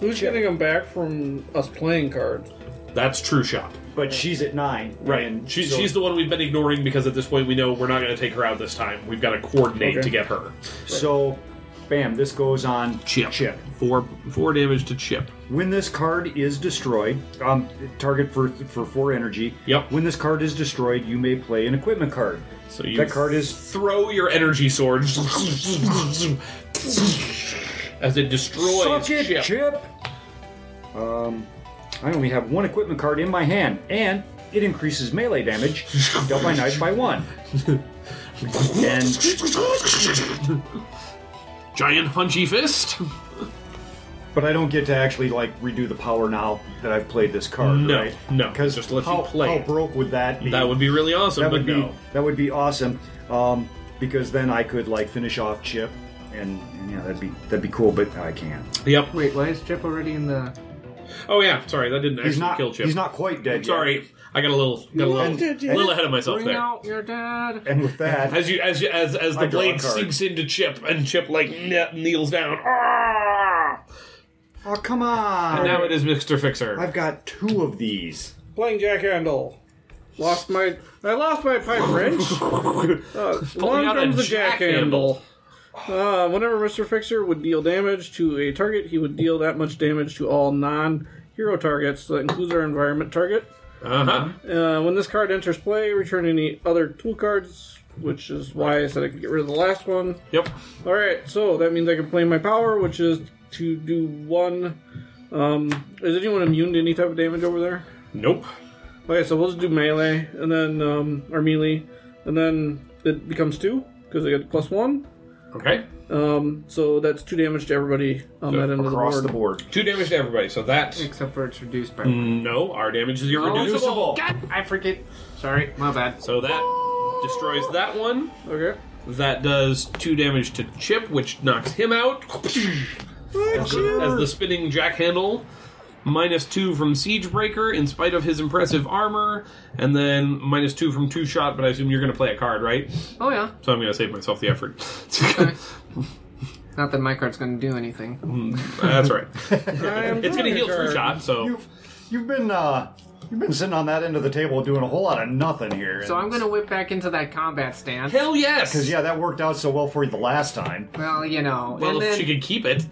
[SPEAKER 5] Who's getting him back from us playing cards?
[SPEAKER 1] That's true shot.
[SPEAKER 3] but she's at nine.
[SPEAKER 1] Right.
[SPEAKER 3] and
[SPEAKER 1] She's,
[SPEAKER 3] so-
[SPEAKER 1] she's the one we've been ignoring because at this point we know we're not going to take her out this time. We've got to coordinate
[SPEAKER 5] Okay.
[SPEAKER 1] to get her.
[SPEAKER 3] So, bam, this goes on
[SPEAKER 1] Chip.
[SPEAKER 3] Chip.
[SPEAKER 1] Four four damage to Chip.
[SPEAKER 3] When this card is destroyed, um, target for for four energy.
[SPEAKER 1] Yep.
[SPEAKER 3] When this card is destroyed, you may play an equipment card.
[SPEAKER 1] So you
[SPEAKER 3] That card is
[SPEAKER 1] throw your energy sword as it destroys
[SPEAKER 3] Suck it,
[SPEAKER 1] Chip.
[SPEAKER 3] Um, I only have one equipment card in my hand, and it increases melee damage
[SPEAKER 1] Oh,
[SPEAKER 3] dealt by knife by one. and
[SPEAKER 1] Giant punchy fist.
[SPEAKER 3] but I don't get to actually like redo the power now that I've played this card.
[SPEAKER 1] No,
[SPEAKER 3] right?
[SPEAKER 1] no,
[SPEAKER 3] Because
[SPEAKER 1] just let you
[SPEAKER 3] how,
[SPEAKER 1] play
[SPEAKER 3] How
[SPEAKER 1] it.
[SPEAKER 3] broke would that be?
[SPEAKER 1] That would be really awesome,
[SPEAKER 3] that
[SPEAKER 1] but
[SPEAKER 3] would be
[SPEAKER 1] no.
[SPEAKER 3] that would be awesome um, because then I could like finish off Chip and, and yeah that'd be that'd be cool but I can't
[SPEAKER 1] Yep.
[SPEAKER 4] Wait, why is Chip already in the
[SPEAKER 1] Oh yeah, sorry, that didn't
[SPEAKER 3] He's
[SPEAKER 1] actually
[SPEAKER 3] not.
[SPEAKER 1] kill Chip.
[SPEAKER 3] He's not quite dead.
[SPEAKER 1] Sorry,
[SPEAKER 3] Yet.
[SPEAKER 1] I got a little got a little,
[SPEAKER 3] And-
[SPEAKER 1] a little ahead of myself
[SPEAKER 4] Bring
[SPEAKER 1] there.
[SPEAKER 4] out your dad.
[SPEAKER 3] And with that,
[SPEAKER 1] As you as you, as as
[SPEAKER 3] I
[SPEAKER 1] the
[SPEAKER 3] draw a
[SPEAKER 1] blade
[SPEAKER 3] card.
[SPEAKER 1] sinks into Chip and Chip like ne- kneels down. Ah!
[SPEAKER 3] oh come on!
[SPEAKER 1] And now it is Mister Fixer.
[SPEAKER 3] I've got two of these.
[SPEAKER 5] Playing Jack Handle. Lost my. I lost my pipe wrench. Uh, along
[SPEAKER 1] out a
[SPEAKER 5] comes the
[SPEAKER 1] jack
[SPEAKER 5] jack handle. Uh, whenever Mr. Fixer would deal damage to a target, he would deal that much damage to all non hero targets. So that includes our environment target.
[SPEAKER 1] Uh-huh.
[SPEAKER 5] Uh, when this card enters play, return any other tool cards, which is why I said I could get rid of the last one.
[SPEAKER 1] Yep.
[SPEAKER 5] All right, so that means I can play my power, which is to do one. Um, is anyone immune to any type of damage over there?
[SPEAKER 1] Nope.
[SPEAKER 5] Okay, so we'll just do melee, and then um, or melee, and then it becomes two because I get plus one.
[SPEAKER 1] Okay.
[SPEAKER 5] Um, so that's two damage to everybody on that end of the
[SPEAKER 3] Across
[SPEAKER 5] board.
[SPEAKER 3] the board.
[SPEAKER 1] Two damage to everybody. So that
[SPEAKER 4] Except for it's reduced
[SPEAKER 1] Mm.
[SPEAKER 4] by.
[SPEAKER 1] no, our damage is irreducible.
[SPEAKER 4] Reducible. God, I forget. Sorry, my bad.
[SPEAKER 1] So that destroys that one.
[SPEAKER 5] Okay.
[SPEAKER 1] That does two damage to Chip, which knocks him out. As the- as the spinning jack handle. Minus two from Siegebreaker in spite of his impressive armor, and then minus two from Two Shot, but I assume you're going to play a card, right?
[SPEAKER 4] Oh yeah.
[SPEAKER 1] So I'm going to save myself the effort. Uh,
[SPEAKER 4] Not that my card's gonna do anything.
[SPEAKER 1] That's right.
[SPEAKER 5] I am
[SPEAKER 1] It's going to
[SPEAKER 5] drawing a
[SPEAKER 1] heal Two
[SPEAKER 5] card.
[SPEAKER 1] Shot, so.
[SPEAKER 3] You've you've been uh you've been sitting on that end of the table doing a whole lot of nothing here.
[SPEAKER 4] So I'm gonna whip back into that combat stance.
[SPEAKER 1] Hell yes!
[SPEAKER 3] Because yeah, that worked out so well for you the last time.
[SPEAKER 4] Well, you know,
[SPEAKER 1] Well,
[SPEAKER 4] and
[SPEAKER 1] if she
[SPEAKER 4] then
[SPEAKER 1] could keep it.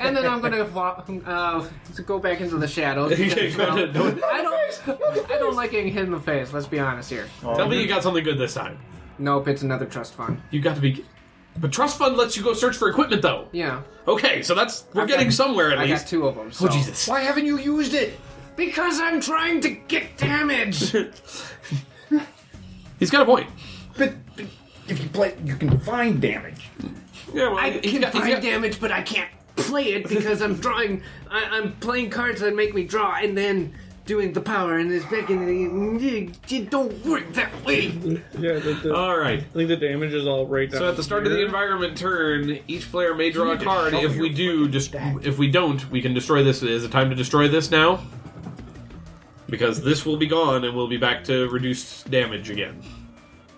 [SPEAKER 4] and then I'm gonna wa- uh, go back into the shadows.
[SPEAKER 1] Yeah,
[SPEAKER 4] because,
[SPEAKER 1] go
[SPEAKER 4] well,
[SPEAKER 1] to- no-
[SPEAKER 4] I don't, I don't like getting hit in the face. Let's be honest here.
[SPEAKER 1] Tell me you got something good this time.
[SPEAKER 4] Nope, it's another trust fund.
[SPEAKER 1] You got to be. But Trust Fund lets you go search for equipment, though.
[SPEAKER 4] Yeah,
[SPEAKER 1] Okay, so that's. We're
[SPEAKER 4] I've
[SPEAKER 1] getting
[SPEAKER 4] got-
[SPEAKER 1] somewhere at
[SPEAKER 4] I got
[SPEAKER 1] least.
[SPEAKER 4] two of them. So.
[SPEAKER 1] Oh, Jesus.
[SPEAKER 3] Why haven't you used it?
[SPEAKER 4] Because I'm trying to get damage.
[SPEAKER 1] He's got a point.
[SPEAKER 3] But, but if you play, you can find damage.
[SPEAKER 1] Yeah, well,
[SPEAKER 4] I
[SPEAKER 1] he's
[SPEAKER 4] can
[SPEAKER 1] got- he's
[SPEAKER 4] find
[SPEAKER 1] got-
[SPEAKER 4] damage, but I can't play it because I'm drawing. I, I'm playing cards that make me draw, and then doing the power, and it's back in the. It don't work that way.
[SPEAKER 5] Yeah, the, the,
[SPEAKER 1] All right.
[SPEAKER 5] I think the damage is all right down.
[SPEAKER 1] Uh, So at the start of the environment turn, each player may draw a card.
[SPEAKER 3] shove
[SPEAKER 1] If we
[SPEAKER 3] your
[SPEAKER 1] do, just if we don't, we can destroy this. Is it time to destroy this now? Because this will be gone, and we'll be back to reduced damage again.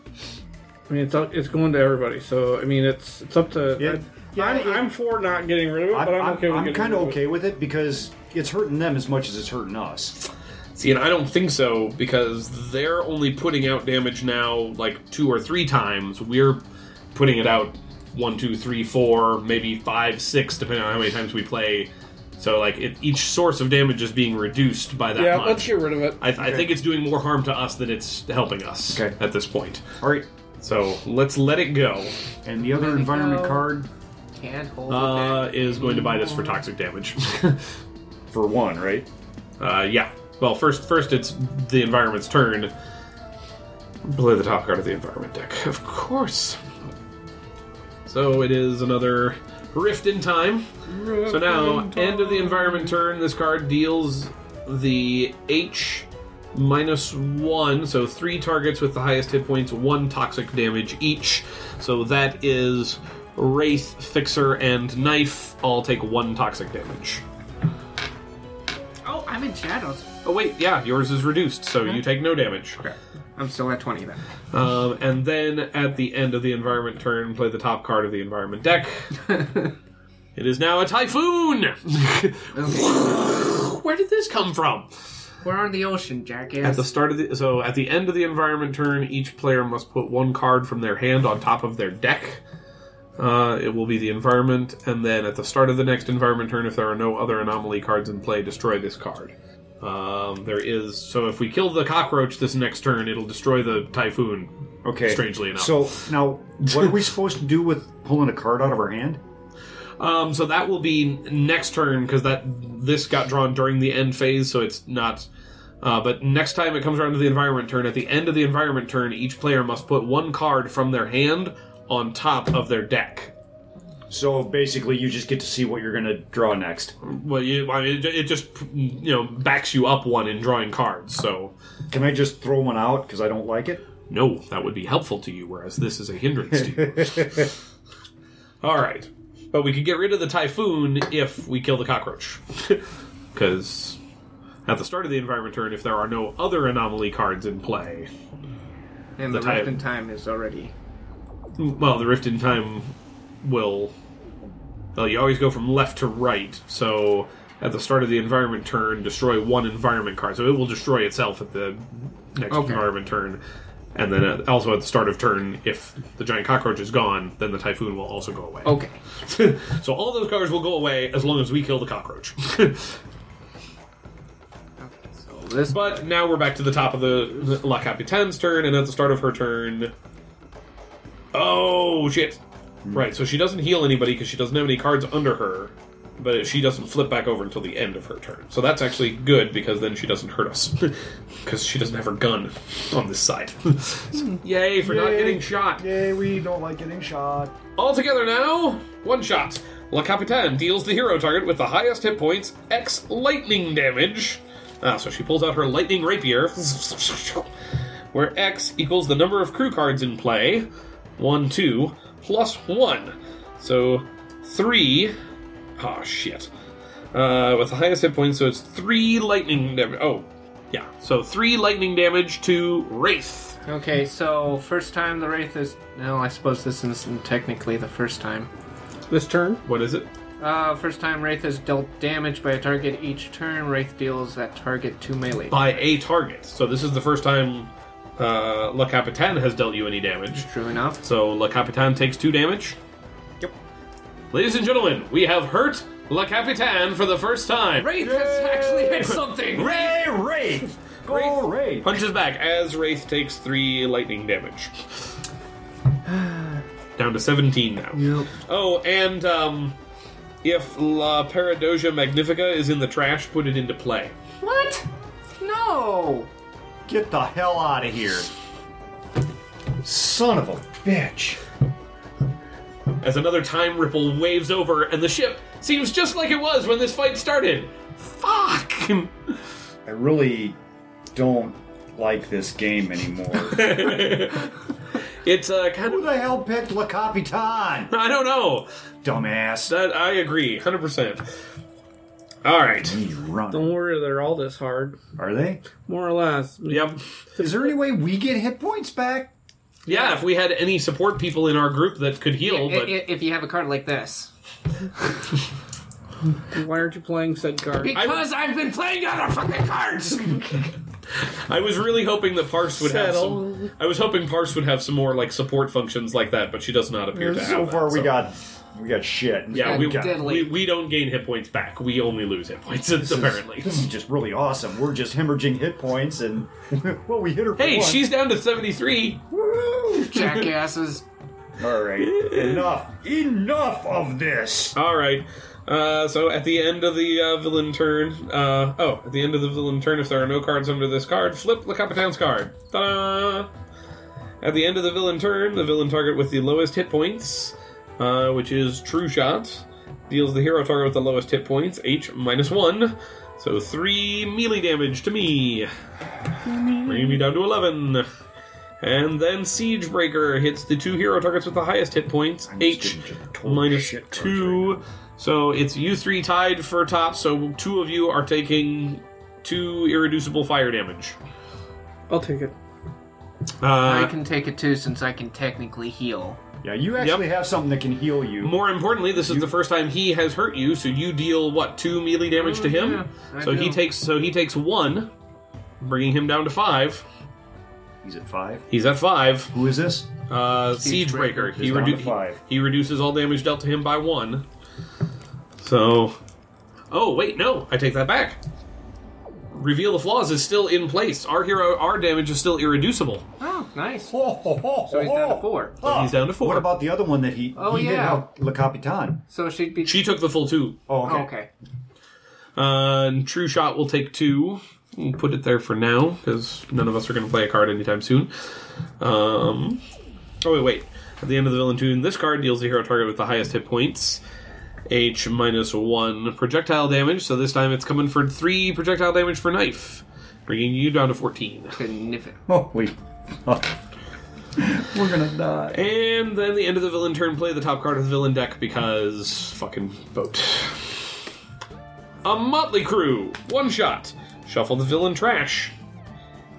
[SPEAKER 5] I mean, it's up- it's going to everybody. So I mean, it's it's up to.
[SPEAKER 3] Yeah. Yeah,
[SPEAKER 5] I'm,
[SPEAKER 3] it-
[SPEAKER 5] I'm for not getting rid of it,
[SPEAKER 3] I'm,
[SPEAKER 5] but I'm,
[SPEAKER 3] I'm,
[SPEAKER 5] okay with
[SPEAKER 3] I'm
[SPEAKER 5] getting
[SPEAKER 3] kind of
[SPEAKER 5] rid
[SPEAKER 3] okay with it because it's hurting them as much as it's hurting us.
[SPEAKER 1] See, and I don't think so because they're only putting out damage now like two or three times. We're putting it out one, two, three, four, maybe five, six, depending on how many times we play. So like it, each source of damage is being reduced by that
[SPEAKER 5] Yeah,
[SPEAKER 1] much.
[SPEAKER 5] let's get rid of it.
[SPEAKER 1] I, I think it's doing more harm to us than it's helping us
[SPEAKER 3] Okay.
[SPEAKER 1] at this point.
[SPEAKER 3] All right,
[SPEAKER 1] So let's let it go.
[SPEAKER 3] and the other
[SPEAKER 4] There we
[SPEAKER 3] environment
[SPEAKER 4] go.
[SPEAKER 3] card
[SPEAKER 4] Can't hold
[SPEAKER 1] Uh, is going to buy this for toxic damage.
[SPEAKER 3] for one, right?
[SPEAKER 1] uh, yeah. Well, first, first it's the environment's turn. Play the top card of the environment deck, of course. So it is another rift in time. So now, end of the environment turn, this card deals the H minus one, so three targets with the highest hit points, one toxic damage each. So that is Wraith, Fixer, and Knife all take one toxic damage.
[SPEAKER 4] Oh, I'm in shadows.
[SPEAKER 1] Oh, wait, yeah, yours is reduced, so you take no damage. Okay.
[SPEAKER 4] I'm still at 20 then.
[SPEAKER 1] Um, and then at the end of the environment turn, play the top card of the environment deck. it is now a typhoon! Where did this come from?
[SPEAKER 4] We're on the ocean,
[SPEAKER 1] At
[SPEAKER 4] jackass.
[SPEAKER 1] the start of the so at the end of the environment turn, each player must put one card from their hand on top of their deck. Uh, it will be the environment, and then at the start of the next environment turn, if there are no other anomaly cards in play, destroy this card. Um, there is so if we kill the cockroach this next turn, it'll destroy the typhoon.
[SPEAKER 3] Okay.
[SPEAKER 1] Strangely enough.
[SPEAKER 3] So now, what are we supposed to do with pulling a card out of our hand?
[SPEAKER 1] Um, so that will be next turn because that this got drawn during the end phase, so it's not. Uh, but next time it comes around to the environment turn, at the end of the environment turn, each player must put one card from their hand on top of their deck.
[SPEAKER 3] So basically, you just get to see what you're going to draw next.
[SPEAKER 1] Well, you, I mean, it, it just you know backs you up one in drawing cards. So
[SPEAKER 3] Can I just throw one out because I don't like it?
[SPEAKER 1] no, that would be helpful to you, whereas this is a hindrance to you. All right, but we could get rid of the typhoon if we kill the cockroach. because at the start of the environment turn, if there are no other anomaly cards in play,
[SPEAKER 4] And
[SPEAKER 1] The
[SPEAKER 4] the,
[SPEAKER 1] type.
[SPEAKER 4] rift in time is already.
[SPEAKER 1] well, the rift in time will. Well, you always go from left to right, so at the start of the environment turn, destroy one environment card. So it will destroy itself at the next
[SPEAKER 4] Okay.
[SPEAKER 1] environment turn. And then at, also at the start of turn, if the giant cockroach is gone, then the typhoon will also go away.
[SPEAKER 4] Okay.
[SPEAKER 1] so all those cards will go away as long as we kill the cockroach.
[SPEAKER 4] Okay, so this.
[SPEAKER 1] but now we're back to the top of the La Capitane's turn, and at the start of her turn, oh shit!
[SPEAKER 3] Hmm.
[SPEAKER 1] Right, so she doesn't heal anybody because she doesn't have any cards under her, but she doesn't flip back over until the end of her turn. So that's actually good because then she doesn't hurt us because she doesn't have her gun on this side. So, yay for not
[SPEAKER 3] Yay.
[SPEAKER 1] getting shot!
[SPEAKER 3] Yay, we don't like getting shot.
[SPEAKER 1] All together now, one shot. La Capitaine deals the hero target with the highest hit points X lightning damage. Ah, so she pulls out her lightning rapier, where X equals the number of crew cards in play, one, two, plus one. So three. Ah, shit. Uh, with the highest hit points, so it's three lightning damage. Oh, yeah. So three lightning damage to Wraith.
[SPEAKER 4] Okay, so first time the Wraith is. No, I suppose this isn't technically the first time.
[SPEAKER 5] This turn,
[SPEAKER 1] What is it?
[SPEAKER 4] Uh, first time Wraith is dealt damage by a target each turn. Wraith deals that target two melee.
[SPEAKER 1] by a target. So this is the first time uh, La Capitaine has dealt you any damage.
[SPEAKER 4] True enough.
[SPEAKER 1] So La Capitaine takes two damage.
[SPEAKER 3] Yep.
[SPEAKER 1] Ladies and gentlemen, we have hurt La Capitaine for the first time.
[SPEAKER 4] Wraith has actually hit something!
[SPEAKER 3] Ray, Ray! Go, Ray!
[SPEAKER 1] Punches back as Wraith takes three lightning damage. Down to 17 now. Oh, and um, if La Paradoja Magnifica is in the trash, put it into play.
[SPEAKER 4] What?
[SPEAKER 1] Oh,
[SPEAKER 4] No!
[SPEAKER 3] Get the hell out of here. Son of a bitch.
[SPEAKER 1] as another time ripple waves over, and the ship seems just like it was when this fight started. Fuck!
[SPEAKER 3] I really don't like this game anymore.
[SPEAKER 1] It's uh, kind
[SPEAKER 3] Who
[SPEAKER 1] of.
[SPEAKER 3] the hell picked La Capitan?
[SPEAKER 1] I don't know.
[SPEAKER 3] Dumbass.
[SPEAKER 1] That I agree, hundred percent. All right.
[SPEAKER 3] He's running.
[SPEAKER 5] don't worry, they're all this hard,
[SPEAKER 3] Are they?
[SPEAKER 5] more or less.
[SPEAKER 1] Yep.
[SPEAKER 3] Is there any way we get hit points back?
[SPEAKER 1] Yeah. If we had any support people in our group that could heal,
[SPEAKER 4] I-
[SPEAKER 1] but
[SPEAKER 4] i- if you have a card like this.
[SPEAKER 5] Why aren't you playing said card?
[SPEAKER 4] Because I, have been playing other fucking cards!
[SPEAKER 1] I was really hoping that Parse would have
[SPEAKER 5] Settle.
[SPEAKER 1] some. I was hoping Parse would have some more like support functions like that, but she does not appear to have.
[SPEAKER 3] So
[SPEAKER 1] that,
[SPEAKER 3] far, we
[SPEAKER 1] so-
[SPEAKER 3] got we got shit.
[SPEAKER 1] Yeah,
[SPEAKER 4] got
[SPEAKER 1] we,
[SPEAKER 4] diddly.
[SPEAKER 1] we we don't gain hit points back. We only lose hit points apparently.
[SPEAKER 3] This is just really awesome. We're just hemorrhaging hit points, and well, we hit her. For
[SPEAKER 1] Hey,
[SPEAKER 3] one.
[SPEAKER 1] she's down to 73.
[SPEAKER 3] Woo!
[SPEAKER 4] Jackasses.
[SPEAKER 3] All right, enough, enough of this.
[SPEAKER 1] All right. Uh, so at the end of the uh, villain turn, uh, oh, at the end of the villain turn, if there are no cards under this card, flip the Capitan's card. Ta-da! At the end of the villain turn, the villain target with the lowest hit points, uh, which is True Shot, deals the hero target with the lowest hit points, H minus one. So three melee damage to me, bringing me down to eleven. And then Siegebreaker hits the two hero targets with the highest hit points, H
[SPEAKER 3] getting just total
[SPEAKER 1] minus
[SPEAKER 3] shit cards
[SPEAKER 1] two. So it's you three tied for top. So two of you are taking two irreducible fire damage.
[SPEAKER 5] I'll take it.
[SPEAKER 4] I
[SPEAKER 1] Uh,
[SPEAKER 4] can take it too since I can technically heal.
[SPEAKER 3] Yeah, you actually have something that can heal you.
[SPEAKER 1] More importantly, this is the first time he has hurt you, so you deal what two melee damage to him.
[SPEAKER 4] Oh, yeah, I
[SPEAKER 1] so he
[SPEAKER 4] do.
[SPEAKER 1] takes so he takes one, bringing him down to five.
[SPEAKER 3] He's at five.
[SPEAKER 1] He's at five.
[SPEAKER 3] Who is this?
[SPEAKER 1] Uh, Siegebreaker.
[SPEAKER 3] He's
[SPEAKER 1] He,
[SPEAKER 3] down to
[SPEAKER 1] redu-
[SPEAKER 3] five.
[SPEAKER 1] he he reduces all damage dealt to him by one. So, oh wait, no, I take that back. Reveal the flaws is still in place. Our hero, our damage is still irreducible.
[SPEAKER 4] Oh, nice.
[SPEAKER 3] Ho,
[SPEAKER 4] Oh.
[SPEAKER 3] ho, ho,
[SPEAKER 4] So he's
[SPEAKER 3] ho,
[SPEAKER 4] down to
[SPEAKER 3] ho.
[SPEAKER 4] four.
[SPEAKER 3] Ah,
[SPEAKER 1] He's down to four.
[SPEAKER 3] What about the other one that he?
[SPEAKER 4] Oh,
[SPEAKER 3] he
[SPEAKER 4] yeah.
[SPEAKER 3] Did help La Capitan.
[SPEAKER 4] So she'd be.
[SPEAKER 1] She took the full two.
[SPEAKER 3] Oh,
[SPEAKER 4] Oh,
[SPEAKER 3] okay.
[SPEAKER 4] okay.
[SPEAKER 1] Uh, and True Shot will take two. We'll put it there for now because none of us are going to play a card anytime soon. Um, oh wait, wait. At the end of the villain tune, this card deals the hero target with the highest hit points. H minus one projectile damage. So this time it's coming for three projectile damage for knife, bringing you down to fourteen.
[SPEAKER 4] Significant.
[SPEAKER 3] Oh wait. We're gonna die.
[SPEAKER 1] And then the end of the villain turn, play the top card of the villain deck because fucking boat. A Motley Crew, one shot. Shuffle the villain trash.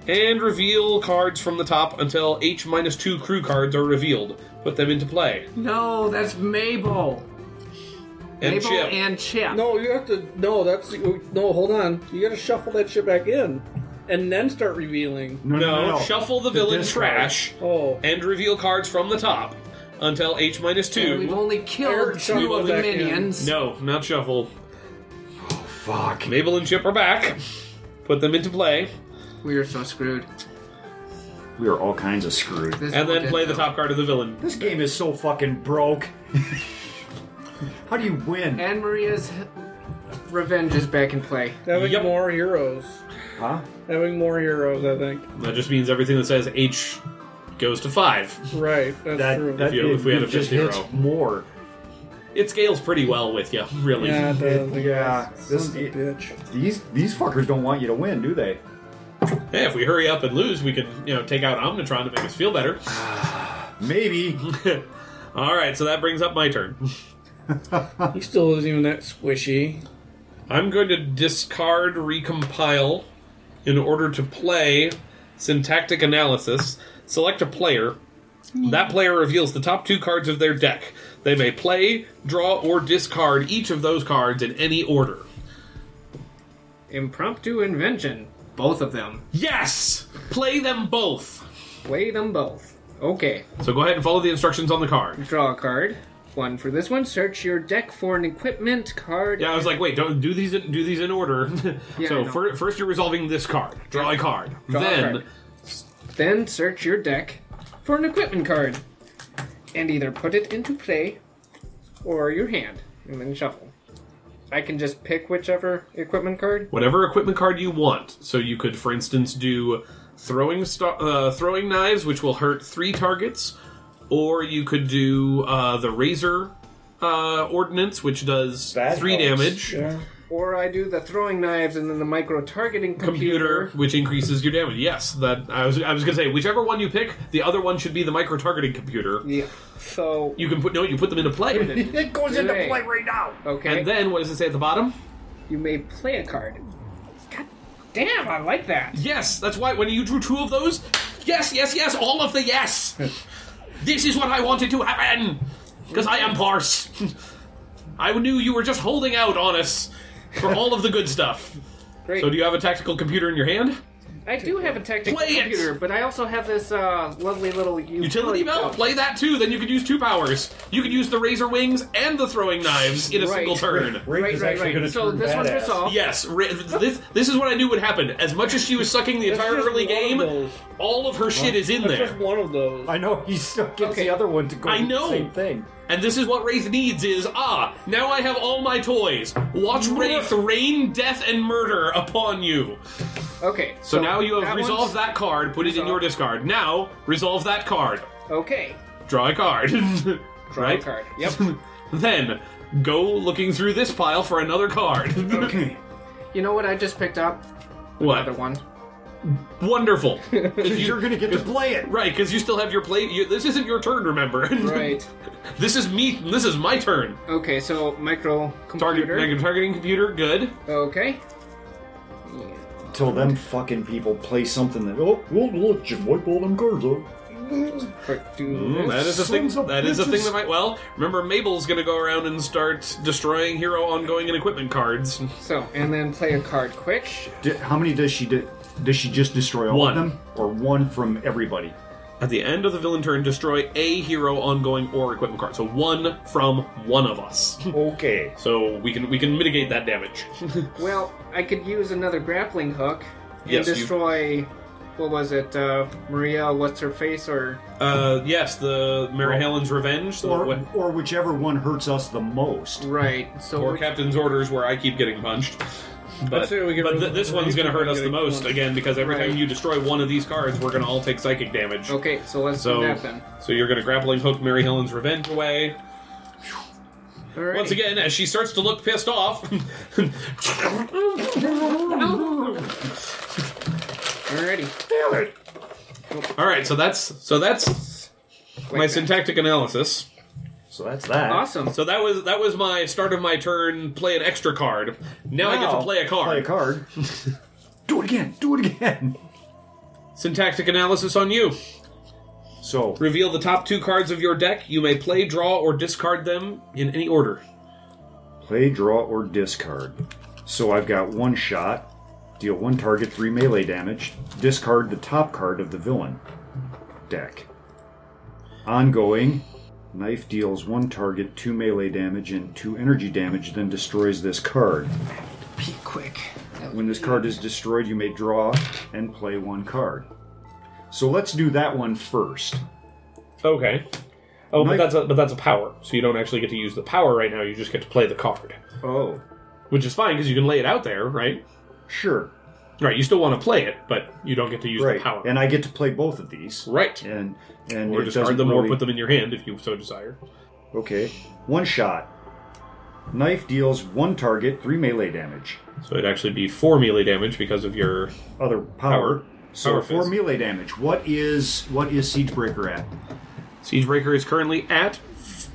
[SPEAKER 1] And reveal cards from the top until H minus two crew cards are revealed. Put them into play.
[SPEAKER 4] No, that's Mabel.
[SPEAKER 1] And
[SPEAKER 4] Mabel
[SPEAKER 1] chip.
[SPEAKER 4] and Chip.
[SPEAKER 5] No, you have to. No, that's no. Hold on. You got to shuffle that shit back in, and then start revealing.
[SPEAKER 3] No,
[SPEAKER 1] no, shuffle the villain
[SPEAKER 3] discard.
[SPEAKER 1] trash
[SPEAKER 5] Oh,
[SPEAKER 1] and reveal cards from the top until H minus
[SPEAKER 4] And we've
[SPEAKER 1] two.
[SPEAKER 4] only killed
[SPEAKER 5] Eric
[SPEAKER 4] two
[SPEAKER 5] Shuffle
[SPEAKER 4] of the
[SPEAKER 5] back in.
[SPEAKER 4] minions.
[SPEAKER 1] No, not shuffle.
[SPEAKER 3] Fuck.
[SPEAKER 1] Mabel and Chip are back. Put them into play.
[SPEAKER 4] We are so screwed.
[SPEAKER 3] We are all kinds of screwed.
[SPEAKER 4] This
[SPEAKER 1] And
[SPEAKER 4] will
[SPEAKER 1] then
[SPEAKER 4] get
[SPEAKER 1] play the
[SPEAKER 4] no-
[SPEAKER 1] top card of the villain.
[SPEAKER 3] This game is so fucking broke. How do you win?
[SPEAKER 4] Anne Maria's revenge is back in play.
[SPEAKER 5] having
[SPEAKER 1] Yep.
[SPEAKER 5] more heroes.
[SPEAKER 3] Huh?
[SPEAKER 5] Having more heroes, I think.
[SPEAKER 1] That just means everything that says H goes to five.
[SPEAKER 5] Right. That's true.
[SPEAKER 3] That, that
[SPEAKER 1] If you-
[SPEAKER 3] it-
[SPEAKER 1] if we had
[SPEAKER 3] it
[SPEAKER 1] a
[SPEAKER 3] just
[SPEAKER 1] 50
[SPEAKER 3] hits
[SPEAKER 1] row.
[SPEAKER 3] more.
[SPEAKER 1] It scales pretty well with you, really.
[SPEAKER 5] yeah, it does.
[SPEAKER 3] It- yeah,
[SPEAKER 5] This
[SPEAKER 3] this-
[SPEAKER 5] bitch.
[SPEAKER 3] These these fuckers don't want you to win, do they?
[SPEAKER 1] Hey, if we hurry up and lose, we could, you know, take out Omnitron to make us feel better.
[SPEAKER 3] Maybe.
[SPEAKER 1] All right, so that brings up my turn.
[SPEAKER 5] He still isn't even that squishy.
[SPEAKER 1] I'm going to discard, recompile, in order to play syntactic analysis. Select a player. That player reveals the top two cards of their deck. They may play, draw, or discard each of those cards in any order.
[SPEAKER 4] Impromptu invention. Both of them.
[SPEAKER 1] Yes! Play them both!
[SPEAKER 4] Play them both. Okay.
[SPEAKER 1] So go ahead and follow the instructions on the card.
[SPEAKER 4] Draw a card. One for this one. Search your deck for an equipment card.
[SPEAKER 1] Yeah, I was like, wait, don't do these in, do these in order.
[SPEAKER 4] I
[SPEAKER 1] so
[SPEAKER 4] know.
[SPEAKER 1] fir- first you're resolving this card. Draw a card.
[SPEAKER 4] Draw a
[SPEAKER 1] then
[SPEAKER 4] card. Then search your deck for an equipment card. And either put it into play or your hand. And then shuffle. I can just pick whichever equipment card.
[SPEAKER 1] whatever equipment card you want. So you could, for instance, do throwing sta- uh, throwing knives, which will hurt three targets, or you could do uh, the razor uh, ordinance, which does
[SPEAKER 3] That
[SPEAKER 1] three
[SPEAKER 3] helps.
[SPEAKER 1] damage.
[SPEAKER 5] Yeah.
[SPEAKER 4] Or I do the throwing knives and then the micro targeting
[SPEAKER 1] Computer, which increases your damage. Yes, that I was. I was gonna say whichever one you pick, the other one should be the micro targeting computer.
[SPEAKER 4] Yeah. So
[SPEAKER 1] You can put no, you put them into play,
[SPEAKER 3] it goes into
[SPEAKER 4] Yay.
[SPEAKER 3] play right now.
[SPEAKER 4] okay,
[SPEAKER 1] and then what does it say at the bottom?
[SPEAKER 4] you may play a card. God damn, I like that.
[SPEAKER 1] Yes, that's why when you drew two of those, yes, yes, yes, all of the yes. this is what I wanted to happen because I am Parse. I knew you were just holding out on us for all of the good stuff.
[SPEAKER 4] Great.
[SPEAKER 1] So, do you have a tactical computer in your hand?
[SPEAKER 4] I do have a tactical
[SPEAKER 1] Play it!
[SPEAKER 4] computer, but I also have this uh, lovely little
[SPEAKER 1] Utility belt. Play that too. Then you could use two powers. You could use the razor wings and the throwing knives in a
[SPEAKER 4] Right.
[SPEAKER 1] single turn.
[SPEAKER 3] Rape
[SPEAKER 4] Right,
[SPEAKER 3] is
[SPEAKER 4] right,
[SPEAKER 3] actually gonna
[SPEAKER 4] right. So
[SPEAKER 3] turn
[SPEAKER 4] this one's
[SPEAKER 3] badass.
[SPEAKER 4] resolved.
[SPEAKER 1] Yes, ra- this this is what I knew would happen. As much as she was sucking the entire
[SPEAKER 5] just
[SPEAKER 1] early
[SPEAKER 5] one of
[SPEAKER 1] game,
[SPEAKER 5] those.
[SPEAKER 1] all of her shit is in
[SPEAKER 5] That's just
[SPEAKER 1] there.
[SPEAKER 5] one of those.
[SPEAKER 3] I know he still gets
[SPEAKER 4] Okay.
[SPEAKER 3] the other one to go.
[SPEAKER 1] I
[SPEAKER 3] do the
[SPEAKER 1] know.
[SPEAKER 3] Same thing.
[SPEAKER 1] And this is what Wraith needs is ah, now I have all my toys. Watch Wraith rain death and murder upon you.
[SPEAKER 4] Okay.
[SPEAKER 1] So, now you have
[SPEAKER 4] that
[SPEAKER 1] resolved
[SPEAKER 4] one's-
[SPEAKER 1] that card, put it in your
[SPEAKER 4] resolved.
[SPEAKER 1] discard. Now resolve that card.
[SPEAKER 4] Okay.
[SPEAKER 1] Draw a card.
[SPEAKER 4] Draw
[SPEAKER 1] right?
[SPEAKER 4] a card. Yep.
[SPEAKER 1] Then go looking through this pile for another card.
[SPEAKER 4] you know what I just picked up? Another
[SPEAKER 1] what?
[SPEAKER 4] one.
[SPEAKER 1] Wonderful.
[SPEAKER 3] You're gonna get to play it.
[SPEAKER 1] right, because you still have your play. You, this isn't your turn, remember?
[SPEAKER 4] Right.
[SPEAKER 1] this is me. This is my turn.
[SPEAKER 4] Okay. So micro
[SPEAKER 1] Target,
[SPEAKER 4] computer.
[SPEAKER 1] targeting computer. Good.
[SPEAKER 4] Okay.
[SPEAKER 3] Till them fucking people play something that oh we'll we'll just wipe all them cards out.
[SPEAKER 4] But do
[SPEAKER 1] Mm, that is a thing.
[SPEAKER 3] Sons of
[SPEAKER 1] That is a thing
[SPEAKER 3] bitches.
[SPEAKER 1] that might. Well, remember, Mabel's going to go around and start destroying hero ongoing and equipment cards.
[SPEAKER 4] So and then play a card quick.
[SPEAKER 3] Di- how many does she do? Does she just destroy all
[SPEAKER 1] One.
[SPEAKER 3] of them, or one from everybody?
[SPEAKER 1] At the end of the villain turn, destroy a hero ongoing or equipment card. So one from one of us.
[SPEAKER 3] Okay.
[SPEAKER 1] So we can we can mitigate that damage.
[SPEAKER 4] Well, I could use another grappling hook and
[SPEAKER 1] Yes, you-
[SPEAKER 4] destroy. What was it? Uh, Maria? What's her face? Or
[SPEAKER 1] uh, yes, the Mary Helen's Revenge the
[SPEAKER 3] Or,
[SPEAKER 1] we-
[SPEAKER 3] or whichever one hurts us the most.
[SPEAKER 4] right? So
[SPEAKER 1] or Captain's Orders, where I keep getting punched. But,
[SPEAKER 5] Let's see if we get
[SPEAKER 1] but
[SPEAKER 5] rid
[SPEAKER 1] th-
[SPEAKER 5] of-
[SPEAKER 1] this one's going to hurt us the
[SPEAKER 5] getting
[SPEAKER 1] most
[SPEAKER 5] punched.
[SPEAKER 1] again because every
[SPEAKER 4] Right.
[SPEAKER 1] time you destroy one of these cards, we're going to all take psychic damage.
[SPEAKER 4] okay. So let's
[SPEAKER 1] So,
[SPEAKER 4] do that then.
[SPEAKER 1] so you're going to grappling hook Mary Helen's revenge away.
[SPEAKER 4] Alrighty.
[SPEAKER 1] Once again, as she starts to look pissed off,
[SPEAKER 4] Alrighty.
[SPEAKER 3] Damn it!
[SPEAKER 1] all right. So that's so that's my syntactic analysis.
[SPEAKER 3] So that's that.
[SPEAKER 4] Awesome.
[SPEAKER 1] So that was that was my start of my turn. Play an extra card. Now I get to
[SPEAKER 4] Wow.
[SPEAKER 1] play a card.
[SPEAKER 3] Play a card. do it again. Do it again.
[SPEAKER 1] Syntactic analysis on you.
[SPEAKER 3] So
[SPEAKER 1] Reveal the top two cards of your deck. You may play, draw, or discard them in any order.
[SPEAKER 3] play, draw, or discard. So I've got one shot. Deal one target, three melee damage. Discard the top card of the villain deck. Ongoing. Knife deals one target, two melee damage, and two energy damage, then destroys this card.
[SPEAKER 4] Pete, quick.
[SPEAKER 3] When this card is destroyed, you may draw and play one card. So let's do that one first.
[SPEAKER 1] Okay. Oh, but
[SPEAKER 3] Knife-
[SPEAKER 1] that's a, but that's a power. So you don't actually get to use the power right now. You just get to play the card,
[SPEAKER 3] Oh,
[SPEAKER 1] which is fine because you can lay it out there, right?
[SPEAKER 3] sure.
[SPEAKER 1] Right. You still want to play it, but you don't get to use
[SPEAKER 3] Right.
[SPEAKER 1] the power.
[SPEAKER 3] And I get to play both of these.
[SPEAKER 1] right.
[SPEAKER 3] And and
[SPEAKER 1] Or
[SPEAKER 3] it
[SPEAKER 1] discard
[SPEAKER 3] doesn't
[SPEAKER 1] them, or
[SPEAKER 3] really-
[SPEAKER 1] put them in your hand if you so desire.
[SPEAKER 3] Okay. One shot. Knife deals one target, three melee damage.
[SPEAKER 1] So it'd actually be four melee damage because of your
[SPEAKER 3] Other power.
[SPEAKER 1] Power.
[SPEAKER 3] So
[SPEAKER 1] Power
[SPEAKER 3] four
[SPEAKER 1] fist.
[SPEAKER 3] melee damage. What is what is Siegebreaker at?
[SPEAKER 1] Siegebreaker is currently at.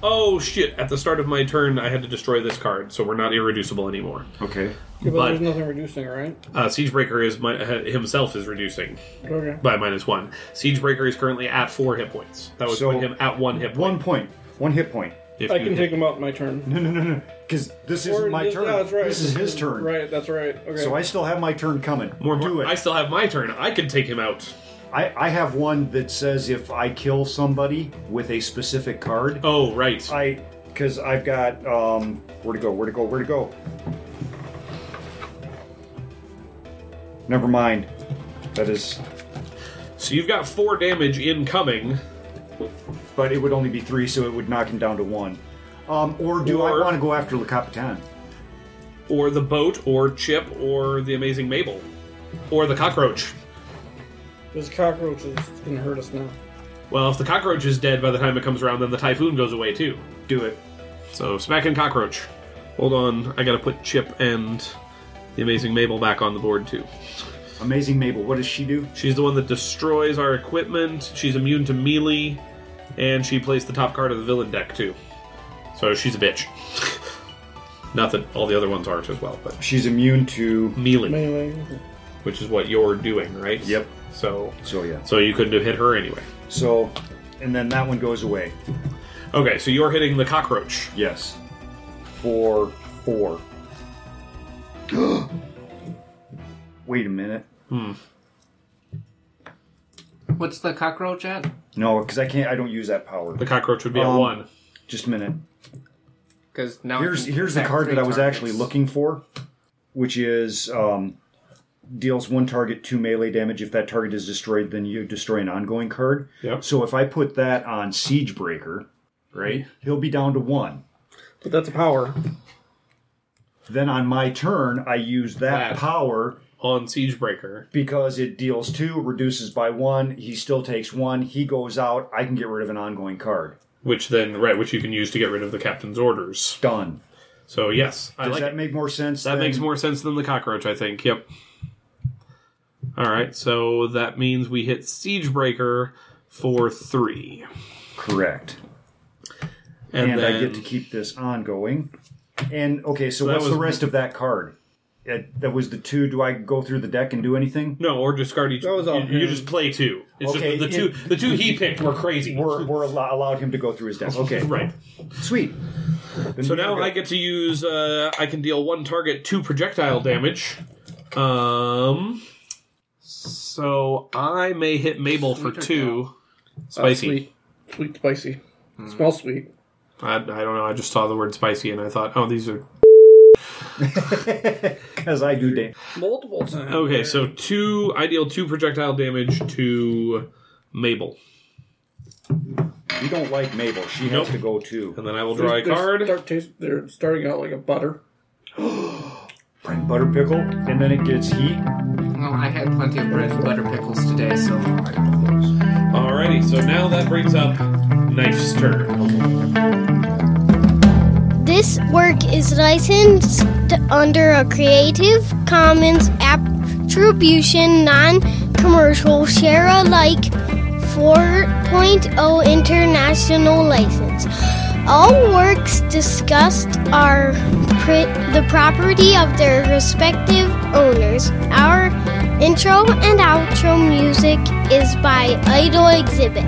[SPEAKER 1] Oh shit! At the start of my turn, I had to destroy this card, so we're not irreducible anymore.
[SPEAKER 3] Okay.
[SPEAKER 5] Yeah, but,
[SPEAKER 1] But-
[SPEAKER 5] there's nothing reducing, right?
[SPEAKER 1] Uh, Siegebreaker is my, uh, himself is reducing
[SPEAKER 5] Okay.
[SPEAKER 1] by minus one. Siegebreaker is currently at four hit points. That would
[SPEAKER 3] So-
[SPEAKER 1] put him at one hit point.
[SPEAKER 3] One point. One hit point.
[SPEAKER 1] If
[SPEAKER 5] I
[SPEAKER 1] you
[SPEAKER 5] can
[SPEAKER 1] hit.
[SPEAKER 5] take them out my turn.
[SPEAKER 3] No, no, no, no. Because this isn't my
[SPEAKER 5] this-
[SPEAKER 3] turn.
[SPEAKER 5] yeah, that's right.
[SPEAKER 3] This is his turn.
[SPEAKER 5] Right, that's right. Okay.
[SPEAKER 3] So I still have my turn coming.
[SPEAKER 1] More
[SPEAKER 3] Do
[SPEAKER 1] important,
[SPEAKER 3] it.
[SPEAKER 1] I still have my turn. I can take him out.
[SPEAKER 3] I, I have one that says if I kill somebody with a specific card,
[SPEAKER 1] Oh right.
[SPEAKER 3] I because I've got um where to go, where to go, where to go. Never mind. That is,
[SPEAKER 1] So you've got four damage incoming.
[SPEAKER 3] but it would only be three, so it would knock him down to one. Um, or do
[SPEAKER 1] Or-
[SPEAKER 3] I want to go after Le Capitan?
[SPEAKER 1] or the boat, or Chip, or the amazing Mabel, or the cockroach.
[SPEAKER 5] This cockroach is going to hurt us now.
[SPEAKER 1] Well, if the cockroach is dead by the time it comes around, then the typhoon goes away too.
[SPEAKER 3] Do it.
[SPEAKER 1] So smacking cockroach. Hold on, I gotta put Chip and the amazing Mabel back on the board too.
[SPEAKER 3] Amazing Mabel. What does she do?
[SPEAKER 1] She's the one that destroys our equipment. She's immune to melee, and she plays the top card of the villain deck too. So she's a bitch. Not that all the other ones aren't as well, but
[SPEAKER 3] She's immune to.
[SPEAKER 1] melee,
[SPEAKER 5] Anyway,
[SPEAKER 1] which is what you're doing, right?
[SPEAKER 3] Yep.
[SPEAKER 1] So,
[SPEAKER 3] So yeah.
[SPEAKER 1] so you couldn't have hit her anyway.
[SPEAKER 3] So, and then that one goes away.
[SPEAKER 1] Okay, so you're hitting the cockroach.
[SPEAKER 3] Yes. Four, four. Wait a minute.
[SPEAKER 4] What's the cockroach at?
[SPEAKER 3] No, because I can't. I don't use that power.
[SPEAKER 1] The cockroach would be
[SPEAKER 3] Um,
[SPEAKER 1] at one.
[SPEAKER 3] Just a minute.
[SPEAKER 4] Because now it
[SPEAKER 3] Here's
[SPEAKER 4] can
[SPEAKER 3] here's the
[SPEAKER 4] attack
[SPEAKER 3] card
[SPEAKER 4] three
[SPEAKER 3] that I was
[SPEAKER 4] targets.
[SPEAKER 3] actually looking for, which is um, deals one target two melee damage. If that target is destroyed, then you destroy an ongoing card.
[SPEAKER 1] Yep.
[SPEAKER 3] So if I put that on Siegebreaker, right, he'll be down to one.
[SPEAKER 5] but that's a power.
[SPEAKER 3] Then on my turn, I use that
[SPEAKER 1] That.
[SPEAKER 3] power
[SPEAKER 1] On Siegebreaker.
[SPEAKER 3] because it deals two, reduces by one. He still takes one. He goes out. I can get rid of an ongoing card.
[SPEAKER 1] Which then, right, which you can use to get rid of the captain's orders.
[SPEAKER 3] Done.
[SPEAKER 1] So yes, I
[SPEAKER 3] Does
[SPEAKER 1] like
[SPEAKER 3] that
[SPEAKER 1] it.
[SPEAKER 3] make more sense?
[SPEAKER 1] that
[SPEAKER 3] than-
[SPEAKER 1] makes more sense than the cockroach, I think. Yep. All right, so that means we hit Siegebreaker for three,
[SPEAKER 3] correct.
[SPEAKER 1] and,
[SPEAKER 3] and
[SPEAKER 1] then
[SPEAKER 3] I get to keep this ongoing. And okay, so,
[SPEAKER 1] that
[SPEAKER 3] what's
[SPEAKER 1] was-
[SPEAKER 3] the rest of that card? It, that was the two. Do I go through the deck and do anything?
[SPEAKER 1] no or discard each.
[SPEAKER 5] That was all
[SPEAKER 1] you, you
[SPEAKER 5] him.
[SPEAKER 1] just play two. It's
[SPEAKER 3] Okay,
[SPEAKER 1] just the, the
[SPEAKER 3] it-
[SPEAKER 1] two. The two he picked were crazy.
[SPEAKER 3] We're, we're allo- allowed him to go through his deck. Okay,
[SPEAKER 1] right.
[SPEAKER 3] sweet. Then
[SPEAKER 1] So
[SPEAKER 3] we
[SPEAKER 1] now
[SPEAKER 3] go-
[SPEAKER 1] I get to use. Uh, I can deal one target, two projectile damage. Um. So I may hit Mabel for
[SPEAKER 4] Sweet or
[SPEAKER 1] two.
[SPEAKER 5] Uh,
[SPEAKER 1] Spicy.
[SPEAKER 5] sweet. Sweet, spicy. Smells sweet.
[SPEAKER 1] I, I don't know. I just saw the word spicy and I thought, oh, these are
[SPEAKER 3] because I do. Da-
[SPEAKER 5] Multiple times.
[SPEAKER 1] okay. So two. I deal two projectile damage to Mabel,
[SPEAKER 3] you don't like Mabel. She
[SPEAKER 1] Nope.
[SPEAKER 3] has to go too.
[SPEAKER 1] and then I will draw a
[SPEAKER 5] They're
[SPEAKER 1] card.
[SPEAKER 5] start taste- they're starting out like a butter.
[SPEAKER 3] Bring butter pickle, and then it gets heat.
[SPEAKER 4] Well, I had plenty of bread and butter pickles today, so
[SPEAKER 1] Alrighty. So now that brings up Knife's turn.
[SPEAKER 2] This work is licensed under a Creative Commons Attribution Non Commercial Share Alike 4.0 International oh License. All works discussed are pri- the property of their respective owners. Our intro and outro music is by Idol Exhibit.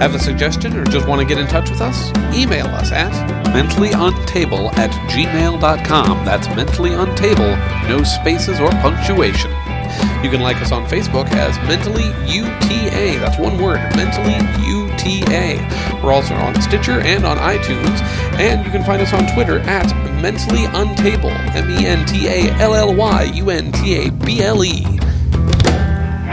[SPEAKER 6] Have a suggestion or just want to get in touch with us? Email us at mentallyuntable at gmail.com. That's mentallyuntable, no spaces or punctuation. You can like us on Facebook as Mentally UTA. That's one word, Mentally UTA. We're also on Stitcher and on iTunes, and you can find us on Twitter at Mentally Untable, M E N T A L L Y U N T A B L E.